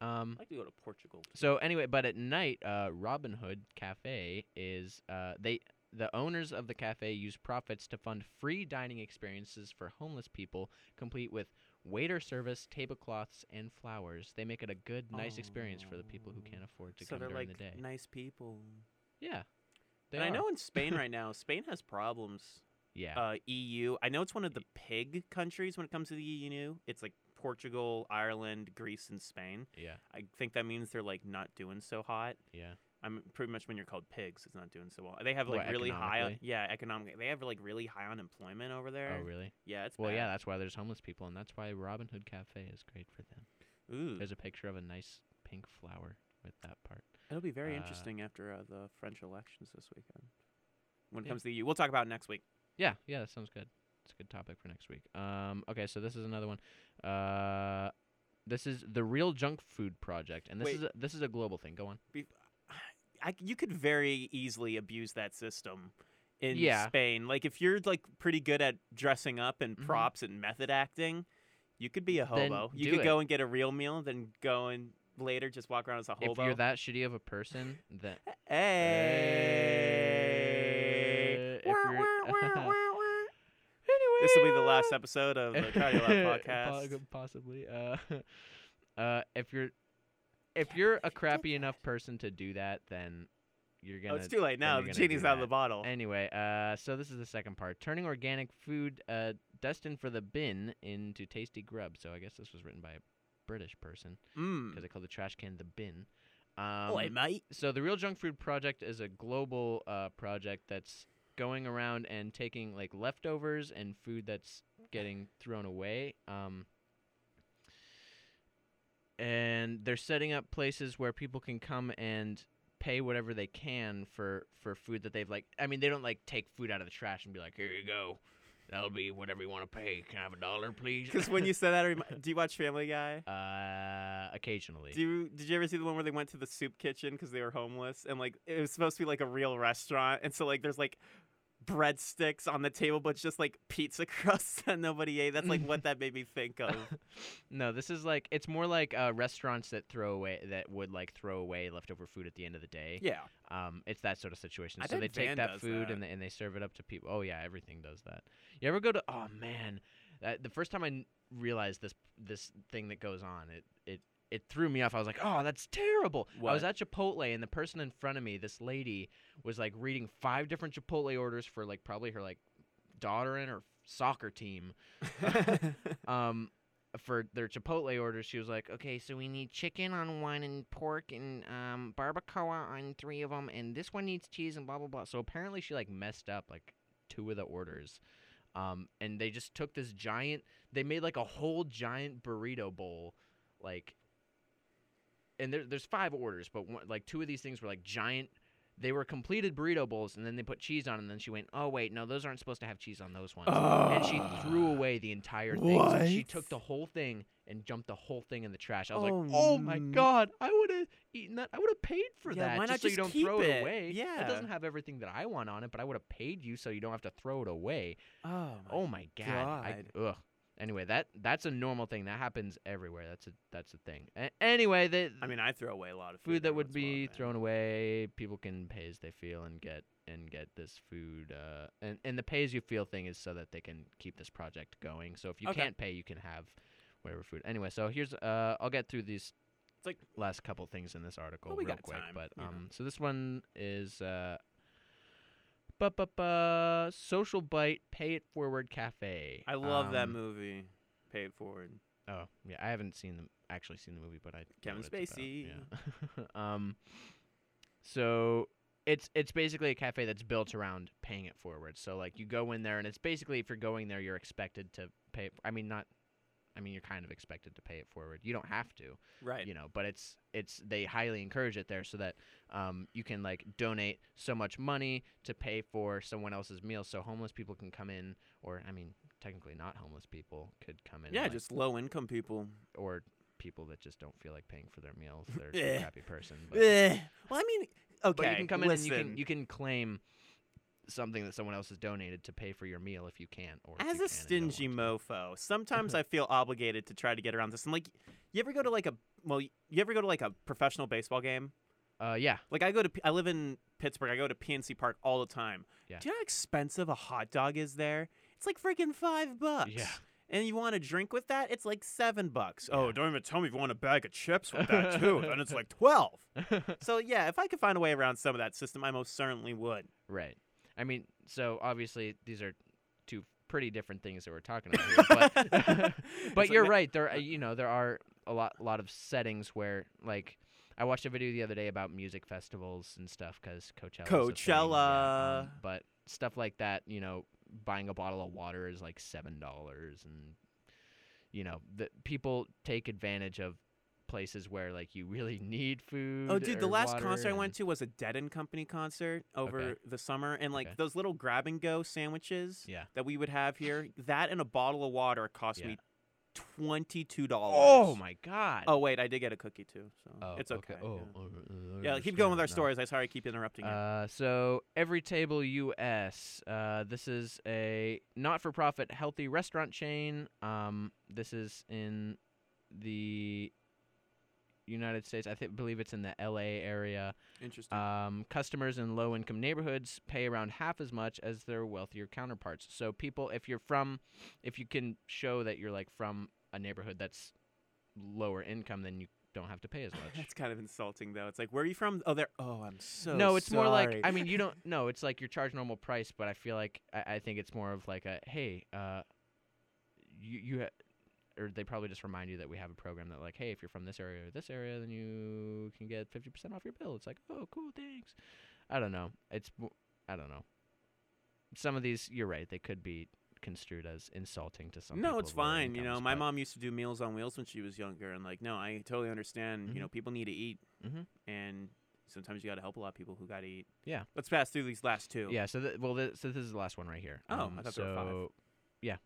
Speaker 2: Um.
Speaker 1: I'd like to go to Portugal.
Speaker 2: So anyway, but at night, uh, Robin Hood Cafe is uh, they the owners of the cafe use profits to fund free dining experiences for homeless people, complete with waiter service, tablecloths, and flowers. They make it a good, nice experience for the people who can't afford to
Speaker 1: so
Speaker 2: come
Speaker 1: they're
Speaker 2: during
Speaker 1: like
Speaker 2: the day.
Speaker 1: nice people.
Speaker 2: yeah, they
Speaker 1: and I
Speaker 2: are.
Speaker 1: know in Spain right now, Spain has problems.
Speaker 2: Yeah, E
Speaker 1: Uh, EU. I know it's one of the pig countries when it comes to the EU. It's like Portugal, Ireland, Greece, and Spain.
Speaker 2: yeah,
Speaker 1: I think that means they're like not doing so hot.
Speaker 2: yeah.
Speaker 1: I'm pretty much when you're called pigs, it's not doing so well. They have like
Speaker 2: What,
Speaker 1: really high,
Speaker 2: economically?
Speaker 1: yeah, economic. They have like really high unemployment over there.
Speaker 2: Oh, really?
Speaker 1: Yeah, it's
Speaker 2: Well, yeah.
Speaker 1: bad.
Speaker 2: That's why there's homeless people, and that's why Robin Hood Cafe is great for them.
Speaker 1: Ooh,
Speaker 2: There's a picture of a nice pink flower with that part.
Speaker 1: it'll be very
Speaker 2: uh,
Speaker 1: interesting after uh, the French elections this weekend. When it
Speaker 2: Yeah.
Speaker 1: comes to the EU, we'll talk about it next week.
Speaker 2: Yeah, yeah, that sounds good. It's a good topic for next week. Um, okay, so this is another one. Uh, this is the Real Junk Food Project, and this
Speaker 1: Wait.
Speaker 2: is a, this is a global thing. Go on.
Speaker 1: I, you could very easily abuse that system in
Speaker 2: Yeah.
Speaker 1: Spain. Like if you're like pretty good at dressing up and
Speaker 2: Mhm.
Speaker 1: props and method acting, you could be a
Speaker 2: Then
Speaker 1: hobo. you
Speaker 2: do
Speaker 1: could go and get a real meal, then go and later just walk around as a hobo.
Speaker 2: If you're that shitty of a person, that
Speaker 1: hey.
Speaker 2: Eh, if you're-
Speaker 1: This will be the last episode of the Cardio Lab podcast.
Speaker 2: Po- Possibly. Uh, uh, if you're if you're a crappy enough person to do that, then you're gonna
Speaker 1: Oh, it's too late now.
Speaker 2: you're
Speaker 1: The
Speaker 2: gonna
Speaker 1: genie's
Speaker 2: do
Speaker 1: out of
Speaker 2: that.
Speaker 1: the bottle.
Speaker 2: Anyway, uh, so this is the second part. Turning organic food uh, destined for the bin into tasty grub. So I guess this was written by a British person
Speaker 1: Mm.
Speaker 2: because they call the trash can the bin. Um,
Speaker 1: Oi, mate.
Speaker 2: so the Real Junk Food Project is a global uh, project that's going around and taking like leftovers and food that's getting thrown away. Um, and they're setting up places where people can come and pay whatever they can for for food that they've like. I mean, they don't like take food out of the trash and be like, "Here you go." That'll be whatever you want to pay. Can I have a dollar, please?
Speaker 1: Because when you said that, I remi- do you watch Family Guy?
Speaker 2: uh, occasionally.
Speaker 1: Do you, did you ever see the one where they went to the soup kitchen because they were homeless and like it was supposed to be like a real restaurant and so like there's like breadsticks on the table but just like pizza crusts that nobody ate. That's like what that made me think of.
Speaker 2: no, this is like it's more like uh, restaurants that throw away that would like throw away leftover food at the end of the day.
Speaker 1: yeah,
Speaker 2: Um, it's that sort of situation.
Speaker 1: I
Speaker 2: so they
Speaker 1: bet Van
Speaker 2: take that
Speaker 1: does
Speaker 2: food
Speaker 1: that.
Speaker 2: and they, and they serve it up to people. Oh yeah, everything does that. You ever go to? Oh man, that, the first time I n- realized this this thing that goes on, it it it threw me off. I was like, oh, that's terrible. I was at Chipotle and the person in front of me, this lady, was like reading five different Chipotle orders for like probably her like daughter and her soccer team. um, for their Chipotle order, she was like, "Okay, so we need chicken on one and pork and um, barbacoa on three of them, and this one needs cheese and blah blah blah." So apparently, she like messed up like two of the orders, um, and they just took this giant. They made like a whole giant burrito bowl, like, and there, there's five orders, but one, like two of these things were like giant. They were completed burrito bowls, and then they put cheese on, 'em, and then she went, "Oh wait, no, those aren't supposed to have cheese on those ones." and she threw away the entire thing. So she
Speaker 1: Ah. What?
Speaker 2: took the whole thing and jumped the whole thing in the trash. I was
Speaker 1: Oh,
Speaker 2: like, "Oh my
Speaker 1: n-
Speaker 2: god, I would have eaten that. I would have paid for
Speaker 1: Yeah,
Speaker 2: that.
Speaker 1: why not
Speaker 2: so
Speaker 1: just
Speaker 2: you don't
Speaker 1: keep
Speaker 2: throw it,
Speaker 1: it?
Speaker 2: away. it
Speaker 1: Yeah.
Speaker 2: doesn't have everything that I want on it, but I would have paid you so you don't have to throw it away.
Speaker 1: Oh,
Speaker 2: oh my god, I, ugh." Anyway, that that's a normal thing that happens everywhere. That's a that's a thing. A- anyway, the
Speaker 1: I mean, I throw away a lot of food.
Speaker 2: food that
Speaker 1: every
Speaker 2: would
Speaker 1: once in a while,
Speaker 2: be
Speaker 1: man.
Speaker 2: thrown away. People can pay as they feel and get and get this food. Uh, and and the pay as you feel thing is so that they can keep this project going. So if you
Speaker 1: Okay.
Speaker 2: can't pay, you can have whatever food. Anyway, so here's uh, I'll get through these.
Speaker 1: It's like-
Speaker 2: last couple things in this article
Speaker 1: we
Speaker 2: real
Speaker 1: got
Speaker 2: quick,
Speaker 1: time,
Speaker 2: but
Speaker 1: you know.
Speaker 2: um, so this one is uh. But but but social bite, pay it forward cafe.
Speaker 1: I love that
Speaker 2: Um,
Speaker 1: movie. Pay it forward.
Speaker 2: Oh yeah, I haven't seen them actually seen the movie, but I know
Speaker 1: Kevin
Speaker 2: what it's about,
Speaker 1: Spacey.
Speaker 2: Yeah. um, so it's it's basically a cafe that's built around paying it forward. So like you go in there, and it's basically if you're going there, you're expected to pay. It, I mean not, I mean you're kind of expected to pay it forward. You don't have to,
Speaker 1: Right.
Speaker 2: you know, but it's it's they highly encourage it there so that um you can like donate so much money to pay for someone else's meal, so homeless people can come in, or I mean technically not homeless people could come in. and,
Speaker 1: yeah,
Speaker 2: like,
Speaker 1: just low income people.
Speaker 2: or people that just don't feel like paying for their meal if they're
Speaker 1: Eh.
Speaker 2: a crappy person. But,
Speaker 1: Eh. Well, I mean, okay.
Speaker 2: but you can come in
Speaker 1: listen.
Speaker 2: and you can you can claim something that someone else has donated to pay for your meal if you can't or
Speaker 1: As a
Speaker 2: if you can and don't
Speaker 1: stingy
Speaker 2: want
Speaker 1: mofo, sometimes I feel obligated to try to get around this. And like, you ever go to like a well, you ever go to like a professional baseball game?
Speaker 2: to. Uh, yeah,
Speaker 1: Like I go to P- I live in Pittsburgh. I go to PNC Park all the time.
Speaker 2: Yeah.
Speaker 1: Do you know how expensive a hot dog is there? It's like freaking five bucks.
Speaker 2: Yeah.
Speaker 1: And you want a drink with that? It's like seven bucks.
Speaker 2: Yeah.
Speaker 1: Oh, don't even tell me if you want a bag of chips with that too. then it's like twelve. so yeah, if I could find a way around some of that system, I most certainly would.
Speaker 2: right. I mean, so obviously these are two pretty different things that we're talking about here, but
Speaker 1: It's
Speaker 2: but
Speaker 1: like,
Speaker 2: you're
Speaker 1: ma-
Speaker 2: right. There, are, you know, there are a lot, lot of settings where, like, I watched a video the other day about music festivals and stuff because Coachella.
Speaker 1: Coachella.
Speaker 2: um, but stuff like that, you know, buying a bottle of water is like seven dollars, and you know, the people take advantage of places where like you really need food.
Speaker 1: Oh, dude, the
Speaker 2: or
Speaker 1: last
Speaker 2: water
Speaker 1: concert I went
Speaker 2: and-
Speaker 1: to was a Dead End Company concert over
Speaker 2: Okay.
Speaker 1: the summer, and like
Speaker 2: Okay.
Speaker 1: those little grab and go sandwiches
Speaker 2: Yeah.
Speaker 1: that we would have here, that and a bottle of water cost
Speaker 2: Yeah.
Speaker 1: me twenty two dollars.
Speaker 2: Oh my god.
Speaker 1: Oh wait, I did get a cookie too, so
Speaker 2: Oh,
Speaker 1: it's okay.
Speaker 2: Oh,
Speaker 1: yeah.
Speaker 2: all right, uh, I
Speaker 1: Yeah, keep going with our
Speaker 2: understand now.
Speaker 1: stories. I sorry, I keep interrupting. you.
Speaker 2: Uh, so Every Table U.S. Uh, this is a not-for-profit healthy restaurant chain. Um, this is in the United States. I think believe it's in the L.A. area.
Speaker 1: Interesting.
Speaker 2: Um, customers in low-income neighborhoods pay around half as much as their wealthier counterparts. So people, if you're from, if you can show that you're like from a neighborhood that's lower income, then you don't have to pay as much
Speaker 1: That's kind of insulting though. It's like, where are you from? Oh, there. Oh, I'm so.
Speaker 2: no, it's more like
Speaker 1: sorry.
Speaker 2: I mean you don't no, it's like you're charged normal price, but I feel like I, I think it's more of like a hey, uh, you you ha- or they probably just remind you that we have a program that like hey, if you're from this area or this area, then you can get fifty percent off your bill. It's like oh cool, thanks. I don't know. It's w- I don't know. Some of these you're right, they could be construed as insulting to some.
Speaker 1: no,
Speaker 2: people
Speaker 1: it's
Speaker 2: of lower
Speaker 1: fine. You know,
Speaker 2: incomes,
Speaker 1: my
Speaker 2: but-
Speaker 1: mom used to do Meals on Wheels when she was younger, and like, no, I totally understand.
Speaker 2: Mhm.
Speaker 1: You know, people need to eat,
Speaker 2: Mhm.
Speaker 1: and sometimes you got to help a lot of people who got to eat.
Speaker 2: Yeah.
Speaker 1: Let's pass through these last two.
Speaker 2: Yeah. So th- well, th- so this is the last one right here.
Speaker 1: Oh, I
Speaker 2: Um,
Speaker 1: thought
Speaker 2: so
Speaker 1: there were five.
Speaker 2: yeah,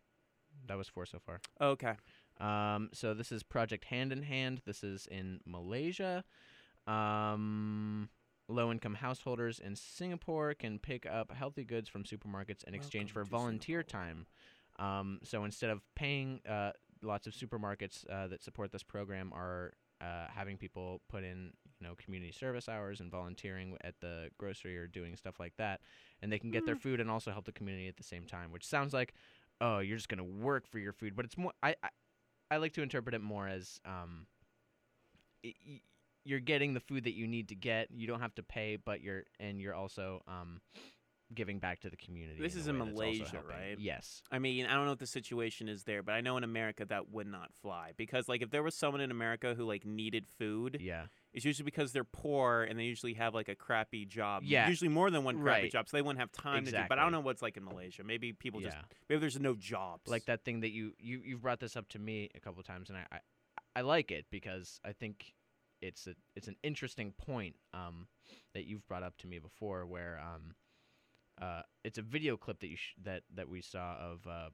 Speaker 2: that was four so far.
Speaker 1: Okay.
Speaker 2: Um, so this is Project Hand in Hand. This is in Malaysia. Um, low-income householders in Singapore can pick up healthy goods from supermarkets in exchange
Speaker 1: Welcome
Speaker 2: for
Speaker 1: to
Speaker 2: volunteer
Speaker 1: Singapore.
Speaker 2: time. Um, so instead of paying, uh, lots of supermarkets uh, that support this program are uh, having people put in, you know, community service hours and volunteering at the grocery or doing stuff like that, and they can get their food and also help the community at the same time. Which sounds like, oh, you're just gonna work for your food, but it's more. I I, I like to interpret it more as um. y- y- you're getting the food that you need to get. You don't have to pay, but you're and you're also um giving back to the community.
Speaker 1: This
Speaker 2: a
Speaker 1: is in
Speaker 2: way that's also
Speaker 1: Malaysia,
Speaker 2: helping.
Speaker 1: right?
Speaker 2: Yes.
Speaker 1: I mean, I don't know what the situation is there, but I know in America that would not fly because like if there was someone in America who like needed food,
Speaker 2: Yeah.
Speaker 1: it's usually because they're poor and they usually have like a crappy job.
Speaker 2: Yeah.
Speaker 1: Usually more than one crappy
Speaker 2: Right.
Speaker 1: job, so they wouldn't have time to do. But I don't
Speaker 2: Exactly.
Speaker 1: know what's like in Malaysia. Maybe people
Speaker 2: yeah.
Speaker 1: just maybe there's no jobs.
Speaker 2: like that thing that you you you've brought this up to me a couple of times, and I, I I like it because I think it's a it's an interesting point um that you've brought up to me before where um uh it's a video clip that you sh- that that we saw of uh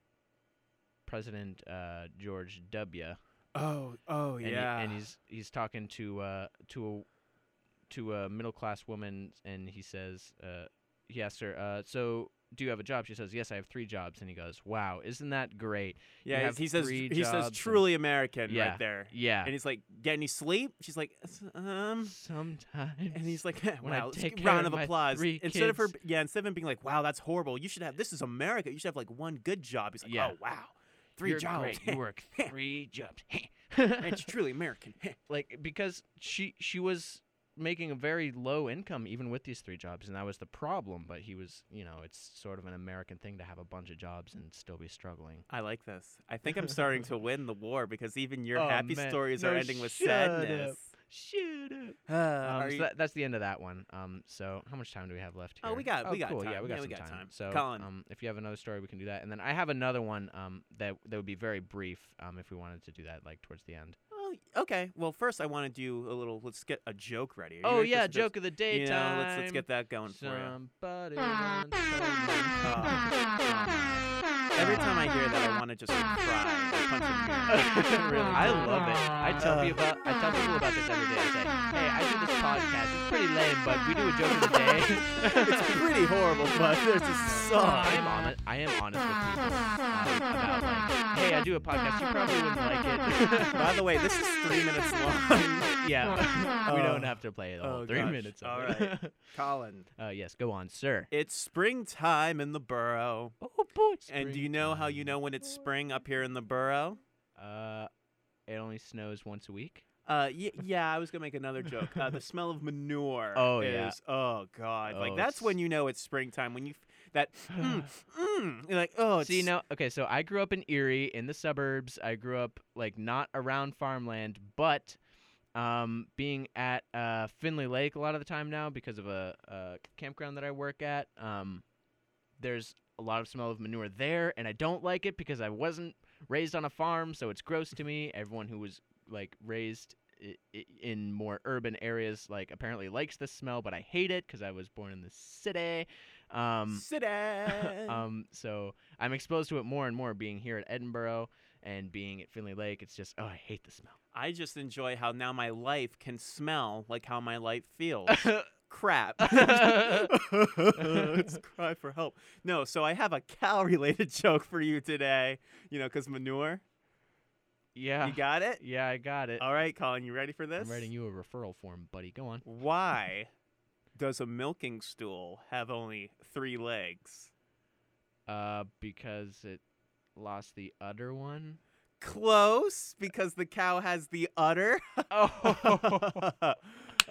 Speaker 2: President uh George W.
Speaker 1: Oh, oh
Speaker 2: and he-
Speaker 1: yeah.
Speaker 2: and he's he's talking to uh to a to a middle class woman, and he says, uh, he asks her, uh, so do you have a job? She says, yes, I have three jobs, and he goes, wow, isn't that great?
Speaker 1: yeah. he's-
Speaker 2: have
Speaker 1: He says
Speaker 2: three
Speaker 1: he
Speaker 2: jobs
Speaker 1: says
Speaker 2: and-
Speaker 1: truly American
Speaker 2: Yeah.
Speaker 1: right there.
Speaker 2: Yeah.
Speaker 1: And he's like, get any sleep? She's like, "S- um.
Speaker 2: Sometimes.
Speaker 1: And he's like,
Speaker 2: I
Speaker 1: wow, let's
Speaker 2: take
Speaker 1: give-
Speaker 2: care
Speaker 1: round
Speaker 2: of
Speaker 1: of
Speaker 2: my
Speaker 1: applause.
Speaker 2: three
Speaker 1: Instead of her,
Speaker 2: kids.
Speaker 1: yeah, instead of him being like, wow, that's horrible. You should have, this is America. You should have like one good job. He's like,
Speaker 2: Yeah.
Speaker 1: oh, wow, 3
Speaker 2: You're
Speaker 1: jobs.
Speaker 2: Great. You work three jobs.
Speaker 1: it's truly American.
Speaker 2: like because she she was making a very low income even with these three jobs and that was the problem but he was you know it's sort of an american thing to have a bunch of jobs and still be struggling
Speaker 1: I like this. I think I'm starting to win the war because even your
Speaker 2: Oh,
Speaker 1: happy
Speaker 2: man.
Speaker 1: stories are
Speaker 2: No,
Speaker 1: ending with
Speaker 2: shut up.
Speaker 1: sadness.
Speaker 2: shoot
Speaker 1: Uh,
Speaker 2: um,
Speaker 1: are
Speaker 2: so
Speaker 1: you-
Speaker 2: that, that's the end of that one um so how much time do we have left here
Speaker 1: Oh, we got- we got
Speaker 2: cool. yeah
Speaker 1: time.
Speaker 2: we got
Speaker 1: Yeah, we
Speaker 2: some
Speaker 1: got
Speaker 2: time.
Speaker 1: time.
Speaker 2: so
Speaker 1: Colin.
Speaker 2: um if you have another story we can do that and then i have another one um that that would be very brief um if we wanted to do that like towards the end
Speaker 1: oh, okay. Well, first I want to do a little. Let's get a joke ready. Are you
Speaker 2: oh
Speaker 1: ready for
Speaker 2: yeah
Speaker 1: some jokes?
Speaker 2: joke of the day
Speaker 1: You know,
Speaker 2: time
Speaker 1: let's let's get that going for you.
Speaker 2: somebody
Speaker 1: Ah.
Speaker 2: wants someone.
Speaker 1: Every time I hear that, I want to just like, cry. Punch a mirror. Really
Speaker 2: I
Speaker 1: do.
Speaker 2: love it. I tell
Speaker 1: Uh.
Speaker 2: people about I tell people about this every day. I say, hey, I do this podcast. It's pretty lame, but we do a joke of the day.
Speaker 1: it's pretty horrible, but there's a song.
Speaker 2: Oh, I am honest. I am honest with people um, about like, hey, I do a podcast. You probably wouldn't like
Speaker 1: By the way, this is three minutes long.
Speaker 2: it. yeah, we
Speaker 1: Oh.
Speaker 2: don't have to play it all
Speaker 1: Oh,
Speaker 2: three
Speaker 1: gosh.
Speaker 2: minutes. Of
Speaker 1: All
Speaker 2: it.
Speaker 1: Colin.
Speaker 2: uh, yes, go on, sir.
Speaker 1: It's springtime in the borough.
Speaker 2: Oh boy.
Speaker 1: And do you know how you know when it's spring up here in the borough?
Speaker 2: Uh, it only snows once a week.
Speaker 1: Uh, y- yeah, I was gonna make another joke. Uh, the smell of manure.
Speaker 2: Oh,
Speaker 1: is,
Speaker 2: yeah.
Speaker 1: Oh god, like
Speaker 2: Oh,
Speaker 1: that's
Speaker 2: it's-
Speaker 1: when you know it's springtime when you f- that mm, mm, you're like oh it's
Speaker 2: So you know, okay, so I grew up in Erie in the suburbs. I grew up like not around farmland, but um, being at uh, Finley Lake a lot of the time now because of a, a campground that I work at. Um, there's a lot of smell of manure there, and I don't like it because I wasn't raised on a farm, so it's gross to me. Everyone who was like raised i- i- in more urban areas like apparently likes this smell, but I hate it because I was born in the city. Um,
Speaker 1: city. Mm.
Speaker 2: um, so I'm exposed to it more and more being here at Edinburgh and being at Finley Lake. It's just, oh, I hate the smell.
Speaker 1: I just enjoy how now my life can smell like how my life feels. crap. Let's cry for help. No, so I have a cow related joke for you today. You know, because manure.
Speaker 2: yeah.
Speaker 1: You got it?
Speaker 2: yeah, I got it.
Speaker 1: All right, Colin, you ready for this?
Speaker 2: I'm writing you a referral form, buddy. Go on.
Speaker 1: Why does a milking stool have only three legs?
Speaker 2: Uh, because it lost the udder one.
Speaker 1: Close, because the cow has the udder.
Speaker 2: Oh,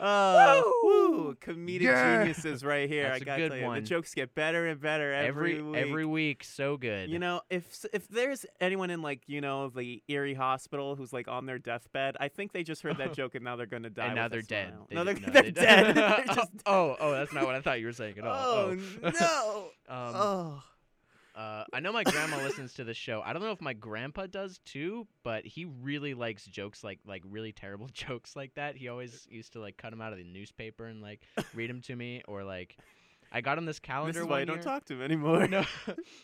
Speaker 1: Oh,
Speaker 2: Woo!
Speaker 1: woo, comedic
Speaker 2: Yeah.
Speaker 1: geniuses right here.
Speaker 2: That's
Speaker 1: I
Speaker 2: a
Speaker 1: gotta
Speaker 2: good
Speaker 1: tell you,
Speaker 2: one.
Speaker 1: the jokes get better and better every
Speaker 2: every
Speaker 1: week.
Speaker 2: every week, so good.
Speaker 1: You know, if s- if there's anyone in like you know the Erie Hospital who's like on their deathbed, I think they just heard that joke and now they're gonna die.
Speaker 2: and now
Speaker 1: with a
Speaker 2: they're dead.
Speaker 1: smile.
Speaker 2: They
Speaker 1: No, they're,
Speaker 2: did- no,
Speaker 1: they're
Speaker 2: they-
Speaker 1: dead. They're just-
Speaker 2: oh, oh, that's not what I thought you were saying at all.
Speaker 1: oh
Speaker 2: Oh.
Speaker 1: no!
Speaker 2: Um,
Speaker 1: oh,
Speaker 2: Uh, I know my grandma listens to the show. I don't know if my grandpa does too, but he really likes jokes like like really terrible jokes like that. He always used to like cut them out of the newspaper and like read them to me, or like I got him this calendar.
Speaker 1: this is
Speaker 2: one
Speaker 1: why I don't
Speaker 2: year-
Speaker 1: talk to him anymore.
Speaker 2: No.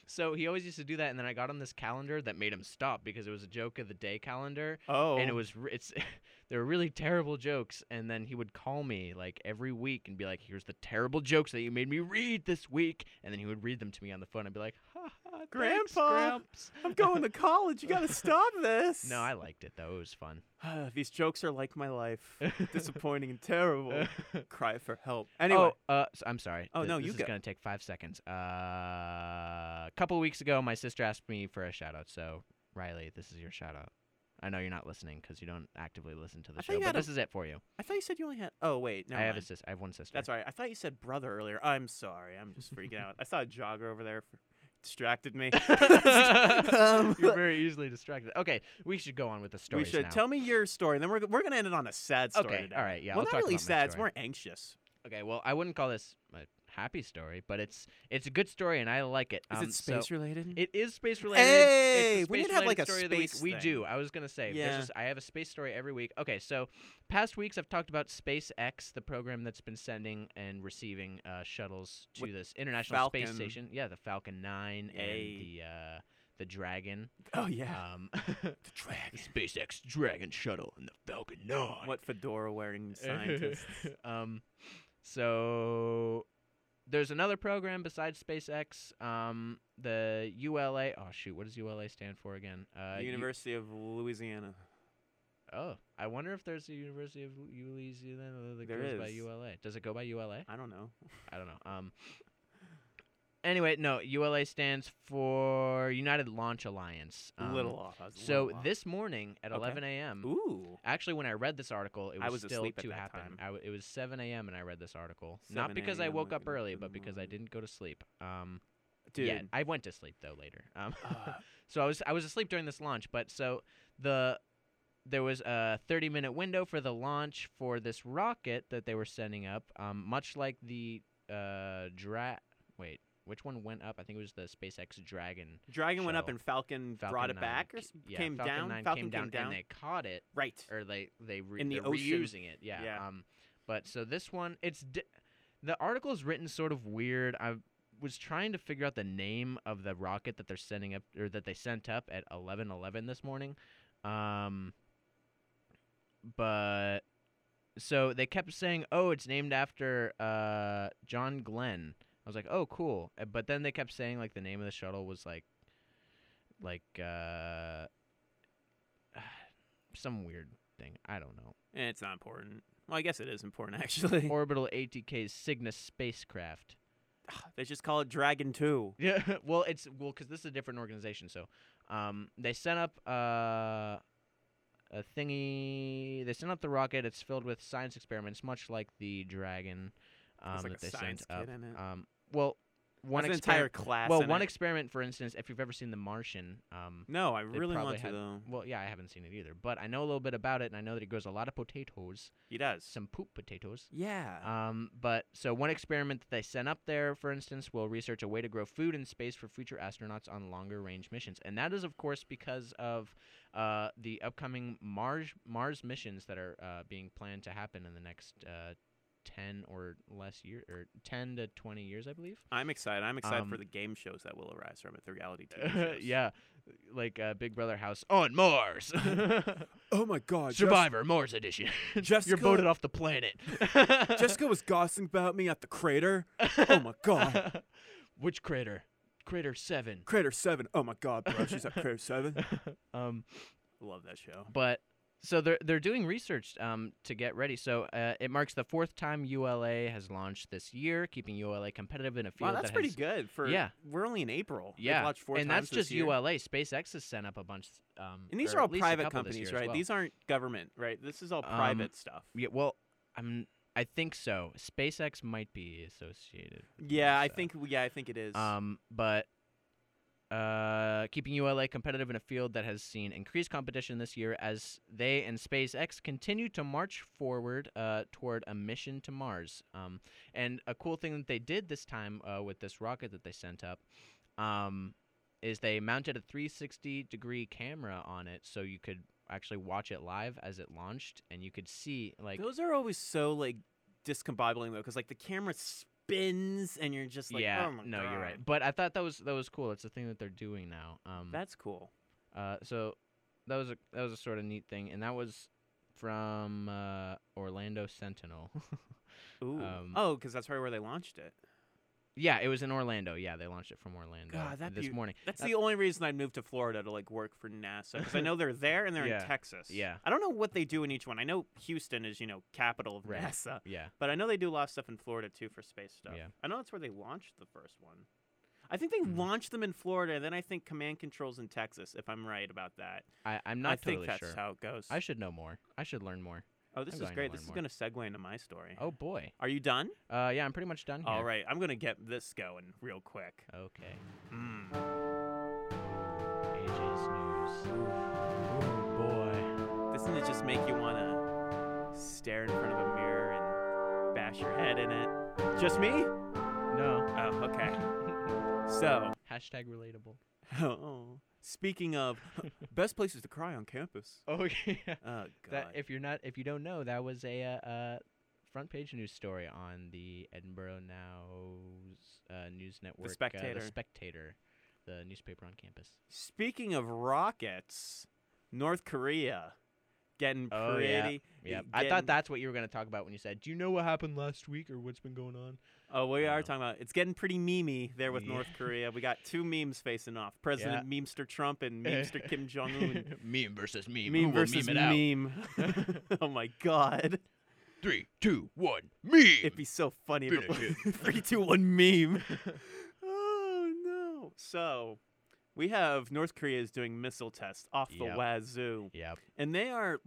Speaker 2: so he always used to do that, and then I got him this calendar that made him stop because it was a joke of the day calendar,
Speaker 1: Oh,
Speaker 2: and it was re- it's they were really terrible jokes and then he would call me like every week and be like here's the terrible jokes that you made me read this week and then he would read them to me on the phone and be like ha, ha, thanks,
Speaker 1: Grandpa.
Speaker 2: Gramps."
Speaker 1: I'm going to college. You gotta stop this.
Speaker 2: no i liked it though it was fun
Speaker 1: these jokes are like my life, disappointing and terrible. Cry for help. Anyway,
Speaker 2: Oh, uh, s- I'm sorry.
Speaker 1: Oh,
Speaker 2: Th-
Speaker 1: no,
Speaker 2: this
Speaker 1: you
Speaker 2: is
Speaker 1: go.
Speaker 2: gonna take five seconds. Uh, a couple of weeks ago, my sister asked me for a shout out. So Riley, this is your shout out. I know you're not listening because you don't actively listen to the
Speaker 1: I thought
Speaker 2: show,
Speaker 1: you
Speaker 2: but
Speaker 1: had a-
Speaker 2: this is it for you.
Speaker 1: I thought you said you only had. Oh wait, no.
Speaker 2: I have a sis. I have one sister.
Speaker 1: That's all right. I thought you said brother earlier. I'm sorry. I'm just freaking out. I saw a jogger over there. For, distracted me. Um,
Speaker 2: You're very easily distracted. Okay, we should go on with the
Speaker 1: we
Speaker 2: stories
Speaker 1: should
Speaker 2: now.
Speaker 1: tell me your story, and then we're, we're gonna end it on a sad story.
Speaker 2: okay,
Speaker 1: today.
Speaker 2: all right, yeah.
Speaker 1: well,
Speaker 2: I'll
Speaker 1: not
Speaker 2: talk
Speaker 1: really
Speaker 2: about my
Speaker 1: sad. It's
Speaker 2: story.
Speaker 1: more anxious.
Speaker 2: Okay, well, I wouldn't call this a happy story, but it's it's a good story and I like it.
Speaker 1: Is
Speaker 2: um,
Speaker 1: it space
Speaker 2: So
Speaker 1: related?
Speaker 2: it is space related.
Speaker 1: Hey,
Speaker 2: it's the
Speaker 1: we need to
Speaker 2: space
Speaker 1: have, like,
Speaker 2: related
Speaker 1: a
Speaker 2: story of the week.
Speaker 1: space
Speaker 2: We
Speaker 1: thing.
Speaker 2: do. I was gonna say.
Speaker 1: Yeah.
Speaker 2: There's this, I have a space story every week. Okay, so past weeks I've talked about SpaceX, the program that's been sending and receiving uh, shuttles to
Speaker 1: With
Speaker 2: this international space
Speaker 1: Falcon.
Speaker 2: station. Yeah, the Falcon Nine
Speaker 1: Yay.
Speaker 2: and the uh, the Dragon.
Speaker 1: oh yeah.
Speaker 2: Um,
Speaker 1: the dragon.
Speaker 2: the SpaceX Dragon shuttle and the Falcon 9.
Speaker 1: What fedora wearing scientist?
Speaker 2: um, so there's another program besides SpaceX. Um, the ULA. Oh shoot, what does ULA stand for again? Uh, U-
Speaker 1: University of Louisiana.
Speaker 2: oh, I wonder if there's a University of Louisiana that
Speaker 1: There
Speaker 2: goes by
Speaker 1: is.
Speaker 2: ULA. Does it go by ULA?
Speaker 1: I don't know.
Speaker 2: I don't know. Um. Anyway, no. ULA stands for United Launch Alliance. Um,
Speaker 1: little off. I was a
Speaker 2: So
Speaker 1: little off.
Speaker 2: this morning at
Speaker 1: Okay.
Speaker 2: 11 a.m.
Speaker 1: Mm-hmm. Ooh.
Speaker 2: Actually, when I read this article, it was,
Speaker 1: I was
Speaker 2: still
Speaker 1: asleep at
Speaker 2: to
Speaker 1: that
Speaker 2: happen.
Speaker 1: time.
Speaker 2: I w- it was 7 a.m. and I read this article. Not
Speaker 1: 7
Speaker 2: because I
Speaker 1: a.m.,
Speaker 2: woke
Speaker 1: waking
Speaker 2: up
Speaker 1: up
Speaker 2: early,
Speaker 1: in the
Speaker 2: but because I
Speaker 1: morning.
Speaker 2: didn't go to sleep. Um,
Speaker 1: mm. Dude.
Speaker 2: yet. I went to sleep though later. Um,
Speaker 1: uh,
Speaker 2: so I was I was asleep during this launch, but so the there was a 30 minute window for the launch for this rocket that they were sending up. Um, much like the uh dra wait which one went up? I think it was the SpaceX Dragon.
Speaker 1: Dragon went up
Speaker 2: Shuttle.
Speaker 1: and Falcon,
Speaker 2: Falcon
Speaker 1: brought it
Speaker 2: 9
Speaker 1: back or
Speaker 2: ca-
Speaker 1: s-
Speaker 2: yeah,
Speaker 1: came
Speaker 2: Falcon
Speaker 1: down.
Speaker 2: 9
Speaker 1: Falcon
Speaker 2: came down, and they caught it
Speaker 1: right.
Speaker 2: or they they re-
Speaker 1: In the
Speaker 2: they're
Speaker 1: ocean.
Speaker 2: reusing it. Yeah.
Speaker 1: Yeah.
Speaker 2: Um, but so this one, it's di- the article is written sort of weird. I was trying to figure out the name of the rocket that they're sending up or that they sent up at eleven eleven this morning. Um, but so they kept saying, "Oh, it's named after uh John Glenn." I was like, "Oh, cool," Uh, but then they kept saying like the name of the shuttle was like, like uh, some weird thing. I don't know.
Speaker 1: And it's not important. Well, I guess it is important actually.
Speaker 2: orbital ATK's Cygnus spacecraft.
Speaker 1: they just call it Dragon Two.
Speaker 2: Yeah, well, it's well because this is a different organization. So, um, they sent up uh, a thingy. They sent up the rocket. It's filled with science experiments, much like the Dragon um,
Speaker 1: There's like
Speaker 2: that
Speaker 1: a
Speaker 2: they sent
Speaker 1: science
Speaker 2: up.
Speaker 1: kid in it.
Speaker 2: Um, well, one
Speaker 1: There's an
Speaker 2: experiment.
Speaker 1: entire class.
Speaker 2: well,
Speaker 1: in
Speaker 2: one
Speaker 1: it.
Speaker 2: experiment, for instance, if you've ever seen The Martian, um,
Speaker 1: no, I
Speaker 2: they
Speaker 1: really
Speaker 2: probably
Speaker 1: want to
Speaker 2: had-
Speaker 1: though.
Speaker 2: well, yeah, I haven't seen it either, but I know a little bit about it, and I know that it grows a lot of potatoes,
Speaker 1: He does.
Speaker 2: some poop potatoes.
Speaker 1: yeah.
Speaker 2: Um, but so one experiment that they sent up there, for instance, will research a way to grow food in space for future astronauts on longer range missions, and that is, of course, because of uh, the upcoming Mars Mars missions that are uh, being planned to happen in the next uh, ten or less year or ten to twenty years, I believe.
Speaker 1: I'm excited. I'm excited for
Speaker 2: um,
Speaker 1: the game shows that will arise from it. The reality TV shows.
Speaker 2: yeah, like uh, Big Brother House on Mars,
Speaker 1: Oh my God.
Speaker 2: Survivor Mars Edition. You're
Speaker 1: Jessica-
Speaker 2: voted off the planet.
Speaker 1: was gossiping about me at the crater. Oh my
Speaker 2: Which crater? Crater seven.
Speaker 1: Crater Seven. Oh my God, bro. She's at Crater Seven.
Speaker 2: um,
Speaker 1: Love that show.
Speaker 2: but so they're they're doing research um, to get ready. So uh, it marks the fourth time ULA has launched this year, keeping ULA competitive in a field
Speaker 1: Wow, that's
Speaker 2: that
Speaker 1: pretty
Speaker 2: has-
Speaker 1: good for.
Speaker 2: Yeah.
Speaker 1: we're only in April. They've
Speaker 2: Yeah,
Speaker 1: launched four
Speaker 2: and
Speaker 1: times
Speaker 2: that's
Speaker 1: this
Speaker 2: just
Speaker 1: year.
Speaker 2: ULA. SpaceX has sent up a bunch. Um,
Speaker 1: And these
Speaker 2: or
Speaker 1: are
Speaker 2: at
Speaker 1: all
Speaker 2: least a
Speaker 1: private
Speaker 2: couple this
Speaker 1: companies,
Speaker 2: year as
Speaker 1: right?
Speaker 2: well.
Speaker 1: These aren't government, right? This is all
Speaker 2: Um,
Speaker 1: private stuff.
Speaker 2: Yeah, well, I'm. I think so. SpaceX might be associated. with
Speaker 1: Yeah, I
Speaker 2: NASA.
Speaker 1: think. Yeah, I think it is.
Speaker 2: Um, but uh, keeping ULA competitive in a field that has seen increased competition this year as they and SpaceX continue to march forward uh, toward a mission to Mars. Um, and a cool thing that they did this time uh, with this rocket that they sent up um, is they mounted a 360 degree camera on it so you could actually watch it live as it launched and you could see like
Speaker 1: Those are always so like discombobulating though, because like the camera spins and you're just like,
Speaker 2: yeah
Speaker 1: oh my
Speaker 2: no you're right
Speaker 1: God.
Speaker 2: but i thought that was that was cool it's a thing that they're doing now um
Speaker 1: That's cool.
Speaker 2: Uh, so that was a that was a sort of neat thing, and that was from uh, Orlando Sentinel.
Speaker 1: Ooh.
Speaker 2: um,
Speaker 1: oh, because that's right where they launched it.
Speaker 2: yeah, it was in Orlando. Yeah, they launched it from Orlando
Speaker 1: God, that'd
Speaker 2: this
Speaker 1: be-
Speaker 2: morning.
Speaker 1: That's
Speaker 2: that-
Speaker 1: the only reason I moved to Florida to like work for NASA because I know they're there and they're
Speaker 2: Yeah,
Speaker 1: in Texas.
Speaker 2: yeah.
Speaker 1: I don't know what they do in each one. I know Houston is you know capital of
Speaker 2: Right.
Speaker 1: NASA,
Speaker 2: Yeah,
Speaker 1: but I know they do a lot of stuff in Florida too for space stuff.
Speaker 2: Yeah.
Speaker 1: I know that's where they launched the first one. I think they
Speaker 2: Mhm.
Speaker 1: launched them in Florida, and then I think Command Controls in Texas, if I'm right about that.
Speaker 2: I, I'm
Speaker 1: I
Speaker 2: not
Speaker 1: think
Speaker 2: totally
Speaker 1: that's
Speaker 2: sure.
Speaker 1: how it goes.
Speaker 2: I should know more. I should learn more.
Speaker 1: oh, this
Speaker 2: I'm
Speaker 1: is
Speaker 2: going to
Speaker 1: great.
Speaker 2: learn
Speaker 1: This is
Speaker 2: more.
Speaker 1: going to segue into my story.
Speaker 2: Oh boy.
Speaker 1: Are you done?
Speaker 2: Uh, yeah, I'm pretty much done. Here.
Speaker 1: All right, I'm going to get this going real quick.
Speaker 2: Okay.
Speaker 1: Mm.
Speaker 2: AJ's news. Oh boy.
Speaker 1: Doesn't it just make you want to stare in front of a mirror and bash your head in it? Just me?
Speaker 2: No.
Speaker 1: Oh, okay. So,
Speaker 2: Hashtag relatable.
Speaker 1: oh, speaking of best places to cry on campus.
Speaker 2: Okay.
Speaker 1: Oh, God.
Speaker 2: that if you're not if you don't know that was a uh, uh, front page news story on the Edinburgh Now's uh, news network, uh,
Speaker 1: Spectator.
Speaker 2: the Spectator, the newspaper on campus.
Speaker 1: speaking of rockets, North Korea getting
Speaker 2: Oh,
Speaker 1: pretty.
Speaker 2: yeah. Yeah, I
Speaker 1: getting-
Speaker 2: thought that's what you were gonna talk about when you said, "Do you know what happened last week or what's been going on?"
Speaker 1: Oh, we are
Speaker 2: Wow.
Speaker 1: talking about it's getting pretty memey there with
Speaker 2: Yeah.
Speaker 1: North Korea. We got two memes facing off: President Memester Trump and Memester Kim Jong Un.
Speaker 2: meme versus meme. Who
Speaker 1: Meme
Speaker 2: will
Speaker 1: versus
Speaker 2: meme it out?
Speaker 1: meme. oh my god.
Speaker 2: Three, two, one, meme.
Speaker 1: It'd be so funny if it
Speaker 2: Beat it,
Speaker 1: was three, two, one meme. oh no. So we have North Korea is doing missile tests off the
Speaker 2: Yep.
Speaker 1: wazoo,
Speaker 2: yep.
Speaker 1: and they are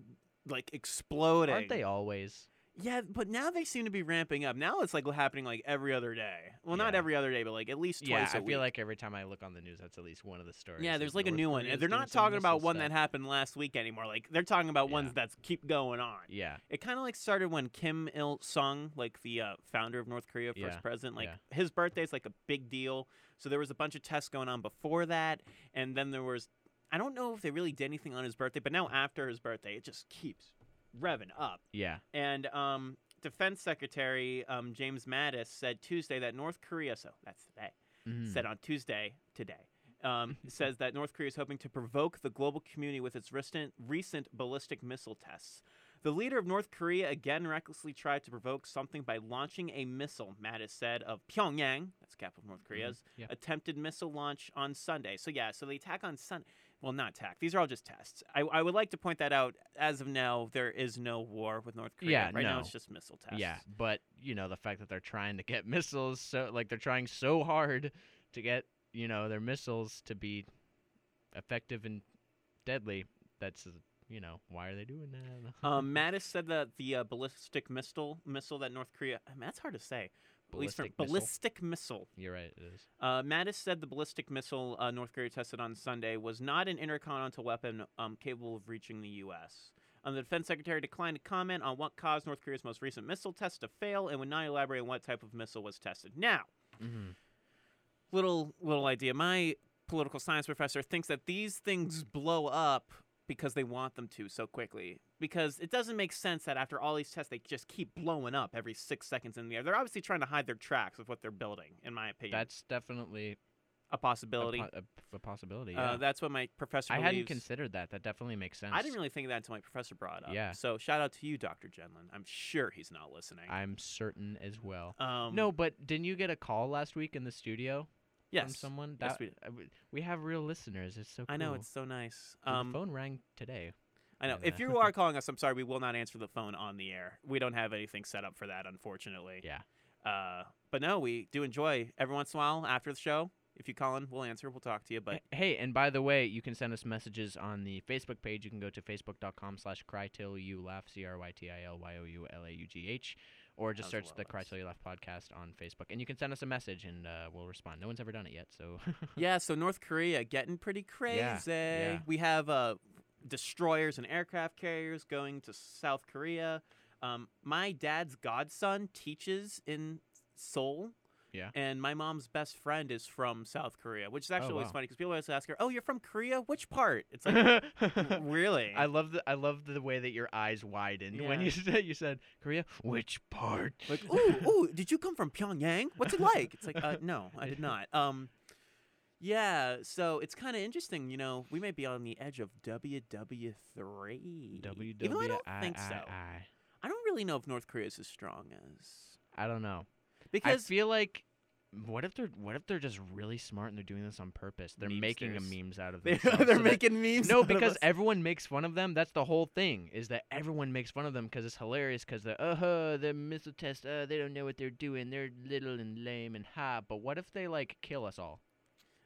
Speaker 1: like exploding.
Speaker 2: Aren't they always?
Speaker 1: Yeah, but now they seem to be ramping up. Now it's like happening like every other day. Well, not
Speaker 2: Yeah.
Speaker 1: every other day, but like at least
Speaker 2: yeah,
Speaker 1: twice
Speaker 2: I
Speaker 1: a
Speaker 2: feel
Speaker 1: week.
Speaker 2: like every time I look on the news, that's at least one of the stories.
Speaker 1: yeah,
Speaker 2: is
Speaker 1: there's like a
Speaker 2: North
Speaker 1: new one,
Speaker 2: Korea's
Speaker 1: and they're
Speaker 2: doing
Speaker 1: not
Speaker 2: some
Speaker 1: talking
Speaker 2: missile
Speaker 1: about one
Speaker 2: stuff.
Speaker 1: that happened last week anymore. Like they're talking about ones
Speaker 2: Yeah.
Speaker 1: that keep going on.
Speaker 2: Yeah,
Speaker 1: It kind of like started when Kim Il Sung, like the uh, founder of North Korea, first
Speaker 2: Yeah,
Speaker 1: president, like
Speaker 2: yeah.
Speaker 1: his birthday's like a big deal. So there was a bunch of tests going on before that, and then there was, I don't know if they really did anything on his birthday, but now after his birthday, it just keeps revving up.
Speaker 2: yeah.
Speaker 1: And um, Defense Secretary um, James Mattis said Tuesday that North Korea, so that's today,
Speaker 2: Mhm.
Speaker 1: said on Tuesday today. Um, says that North Korea is hoping to provoke the global community with its recent, recent ballistic missile tests. The leader of North Korea again recklessly tried to provoke something by launching a missile, Mattis said, of Pyongyang, that's capital of North Korea's,
Speaker 2: Mm-hmm. yeah.
Speaker 1: attempted missile launch on Sunday. So, yeah, so the attack on Sunday. Well, not attack. These are all just tests. I, I would like to point that out. As of now, there is no war with North Korea.
Speaker 2: Yeah,
Speaker 1: right now
Speaker 2: no.
Speaker 1: it's just missile tests.
Speaker 2: Yeah, but you know the fact that they're trying to get missiles, so like they're trying so hard to get you know their missiles to be effective and deadly. That's uh, you know why are they doing that? I don't know.
Speaker 1: Um, Mattis said that the uh, ballistic missile missile that North Korea I mean, that's hard to say. At least for
Speaker 2: Ballistic
Speaker 1: ballistic
Speaker 2: missile.
Speaker 1: missile.
Speaker 2: You're right. It is.
Speaker 1: Uh, Mattis said the ballistic missile uh, North Korea tested on Sunday was not an intercontinental weapon um, capable of reaching the U.S. Um, the defense secretary declined to comment on what caused North Korea's most recent missile test to fail and would not elaborate on what type of missile was tested. Now,
Speaker 2: Mm-hmm.
Speaker 1: little little idea. My political science professor thinks that these things
Speaker 2: Mm.
Speaker 1: blow up because they want them to so quickly. Because it doesn't make sense that after all these tests, they just keep blowing up every six seconds in the air. They're obviously trying to hide their tracks with what they're building, in my opinion.
Speaker 2: That's definitely
Speaker 1: a
Speaker 2: a,
Speaker 1: possibility.
Speaker 2: po- a, a possibility.
Speaker 1: Uh,
Speaker 2: yeah.
Speaker 1: that's what my professor.
Speaker 2: I hadn't
Speaker 1: believes.
Speaker 2: considered that. That definitely makes sense.
Speaker 1: I didn't really think of that until my professor brought it up.
Speaker 2: Yeah.
Speaker 1: So shout out to you, Dr. Jenlin. I'm sure he's not listening.
Speaker 2: I'm certain as well.
Speaker 1: um,
Speaker 2: no, but didn't you get a call last week in the studio
Speaker 1: Yes.
Speaker 2: from someone?
Speaker 1: Yes,
Speaker 2: That,
Speaker 1: we did.
Speaker 2: I w- we have real listeners. It's so. Cool.
Speaker 1: I know it's so nice.
Speaker 2: Dude,
Speaker 1: Um,
Speaker 2: the phone rang today.
Speaker 1: I know.
Speaker 2: I
Speaker 1: If
Speaker 2: know.
Speaker 1: you are calling us, I'm sorry, we will not answer the phone on the air. We don't have anything set up for that, unfortunately.
Speaker 2: Yeah.
Speaker 1: Uh, but no, we do enjoy every once in a while after the show. If you call in, we'll answer. We'll talk to you. But
Speaker 2: hey, and by the way, you can send us messages on the Facebook page. You can go to facebook.com slash cry till you laugh, C R Y T I L Y O U L A U G H, or just
Speaker 1: As
Speaker 2: search
Speaker 1: well
Speaker 2: the cry
Speaker 1: as-
Speaker 2: till you laugh podcast on Facebook. And you can send us a message and uh, we'll respond. No one's ever done it yet, so.
Speaker 1: yeah, so North Korea getting pretty crazy.
Speaker 2: Yeah, yeah.
Speaker 1: We have uh, destroyers and aircraft carriers going to South Korea. Um, my dad's godson teaches in Seoul.
Speaker 2: Yeah. Oh,
Speaker 1: And my mom's best friend is from South Korea, which is actually always
Speaker 2: wow.
Speaker 1: funny because people always ask her, "Oh, you're from Korea? Which part?" It's like,
Speaker 2: I
Speaker 1: really?
Speaker 2: love the I love the way that your eyes widened when
Speaker 1: Yeah.
Speaker 2: you said you said Korea. Which part?
Speaker 1: like, ooh, ooh, did you come from Pyongyang? What's it like? It's like, uh, no, I did not. Um, yeah, so it's kind of interesting, you know. We may be on the edge of WW three.
Speaker 2: W
Speaker 1: Even though I
Speaker 2: W
Speaker 1: don't
Speaker 2: I
Speaker 1: think so.
Speaker 2: I I.
Speaker 1: I don't really know if North Korea is as strong as
Speaker 2: I don't know. I
Speaker 1: because
Speaker 2: feel like what if they're what if they're just really smart and they're doing this on purpose? They're making a
Speaker 1: Memesters.
Speaker 2: memes out of
Speaker 1: they're,
Speaker 2: themselves.
Speaker 1: they're
Speaker 2: so that-
Speaker 1: making memes. out
Speaker 2: no,
Speaker 1: of
Speaker 2: because
Speaker 1: us.
Speaker 2: everyone makes fun of them. That's the whole thing is that everyone makes fun of them because it's hilarious. Because they're uh huh, the missile test. Uh, they don't know what they're doing. They're little and lame and ha. But what if they like kill us all?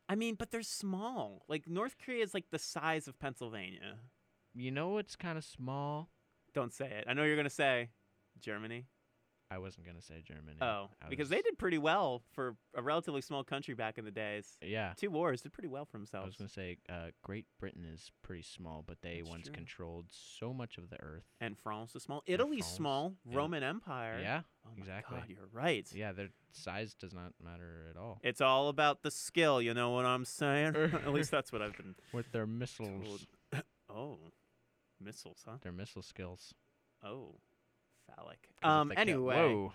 Speaker 1: I mean, but they're small. Like North Korea is like the size of Pennsylvania.
Speaker 2: You know what's kind of small?
Speaker 1: Don't say it. I know you're gonna say Germany.
Speaker 2: I wasn't gonna say Germany.
Speaker 1: Oh,
Speaker 2: I
Speaker 1: because
Speaker 2: was-
Speaker 1: they did pretty well for a relatively small country back in the days.
Speaker 2: Yeah,
Speaker 1: Two wars did pretty well for
Speaker 2: I
Speaker 1: themselves.
Speaker 2: was gonna say uh, Great Britain is pretty small, but they
Speaker 1: That's
Speaker 2: once
Speaker 1: true.
Speaker 2: controlled so much of the earth.
Speaker 1: And France is small. Italy's
Speaker 2: France,
Speaker 1: small.
Speaker 2: yeah.
Speaker 1: Roman Empire.
Speaker 2: Yeah,
Speaker 1: Oh my
Speaker 2: exactly.
Speaker 1: God, you're right.
Speaker 2: yeah, their size does not matter at all.
Speaker 1: It's all about the skill. You know what I'm saying? At least that's what I've been
Speaker 2: With their
Speaker 1: told.
Speaker 2: missiles,
Speaker 1: Oh, missiles, huh?
Speaker 2: their missile skills.
Speaker 1: Oh, phallic.
Speaker 2: 'Cause if
Speaker 1: Um.
Speaker 2: they can't-
Speaker 1: Anyway.
Speaker 2: whoa.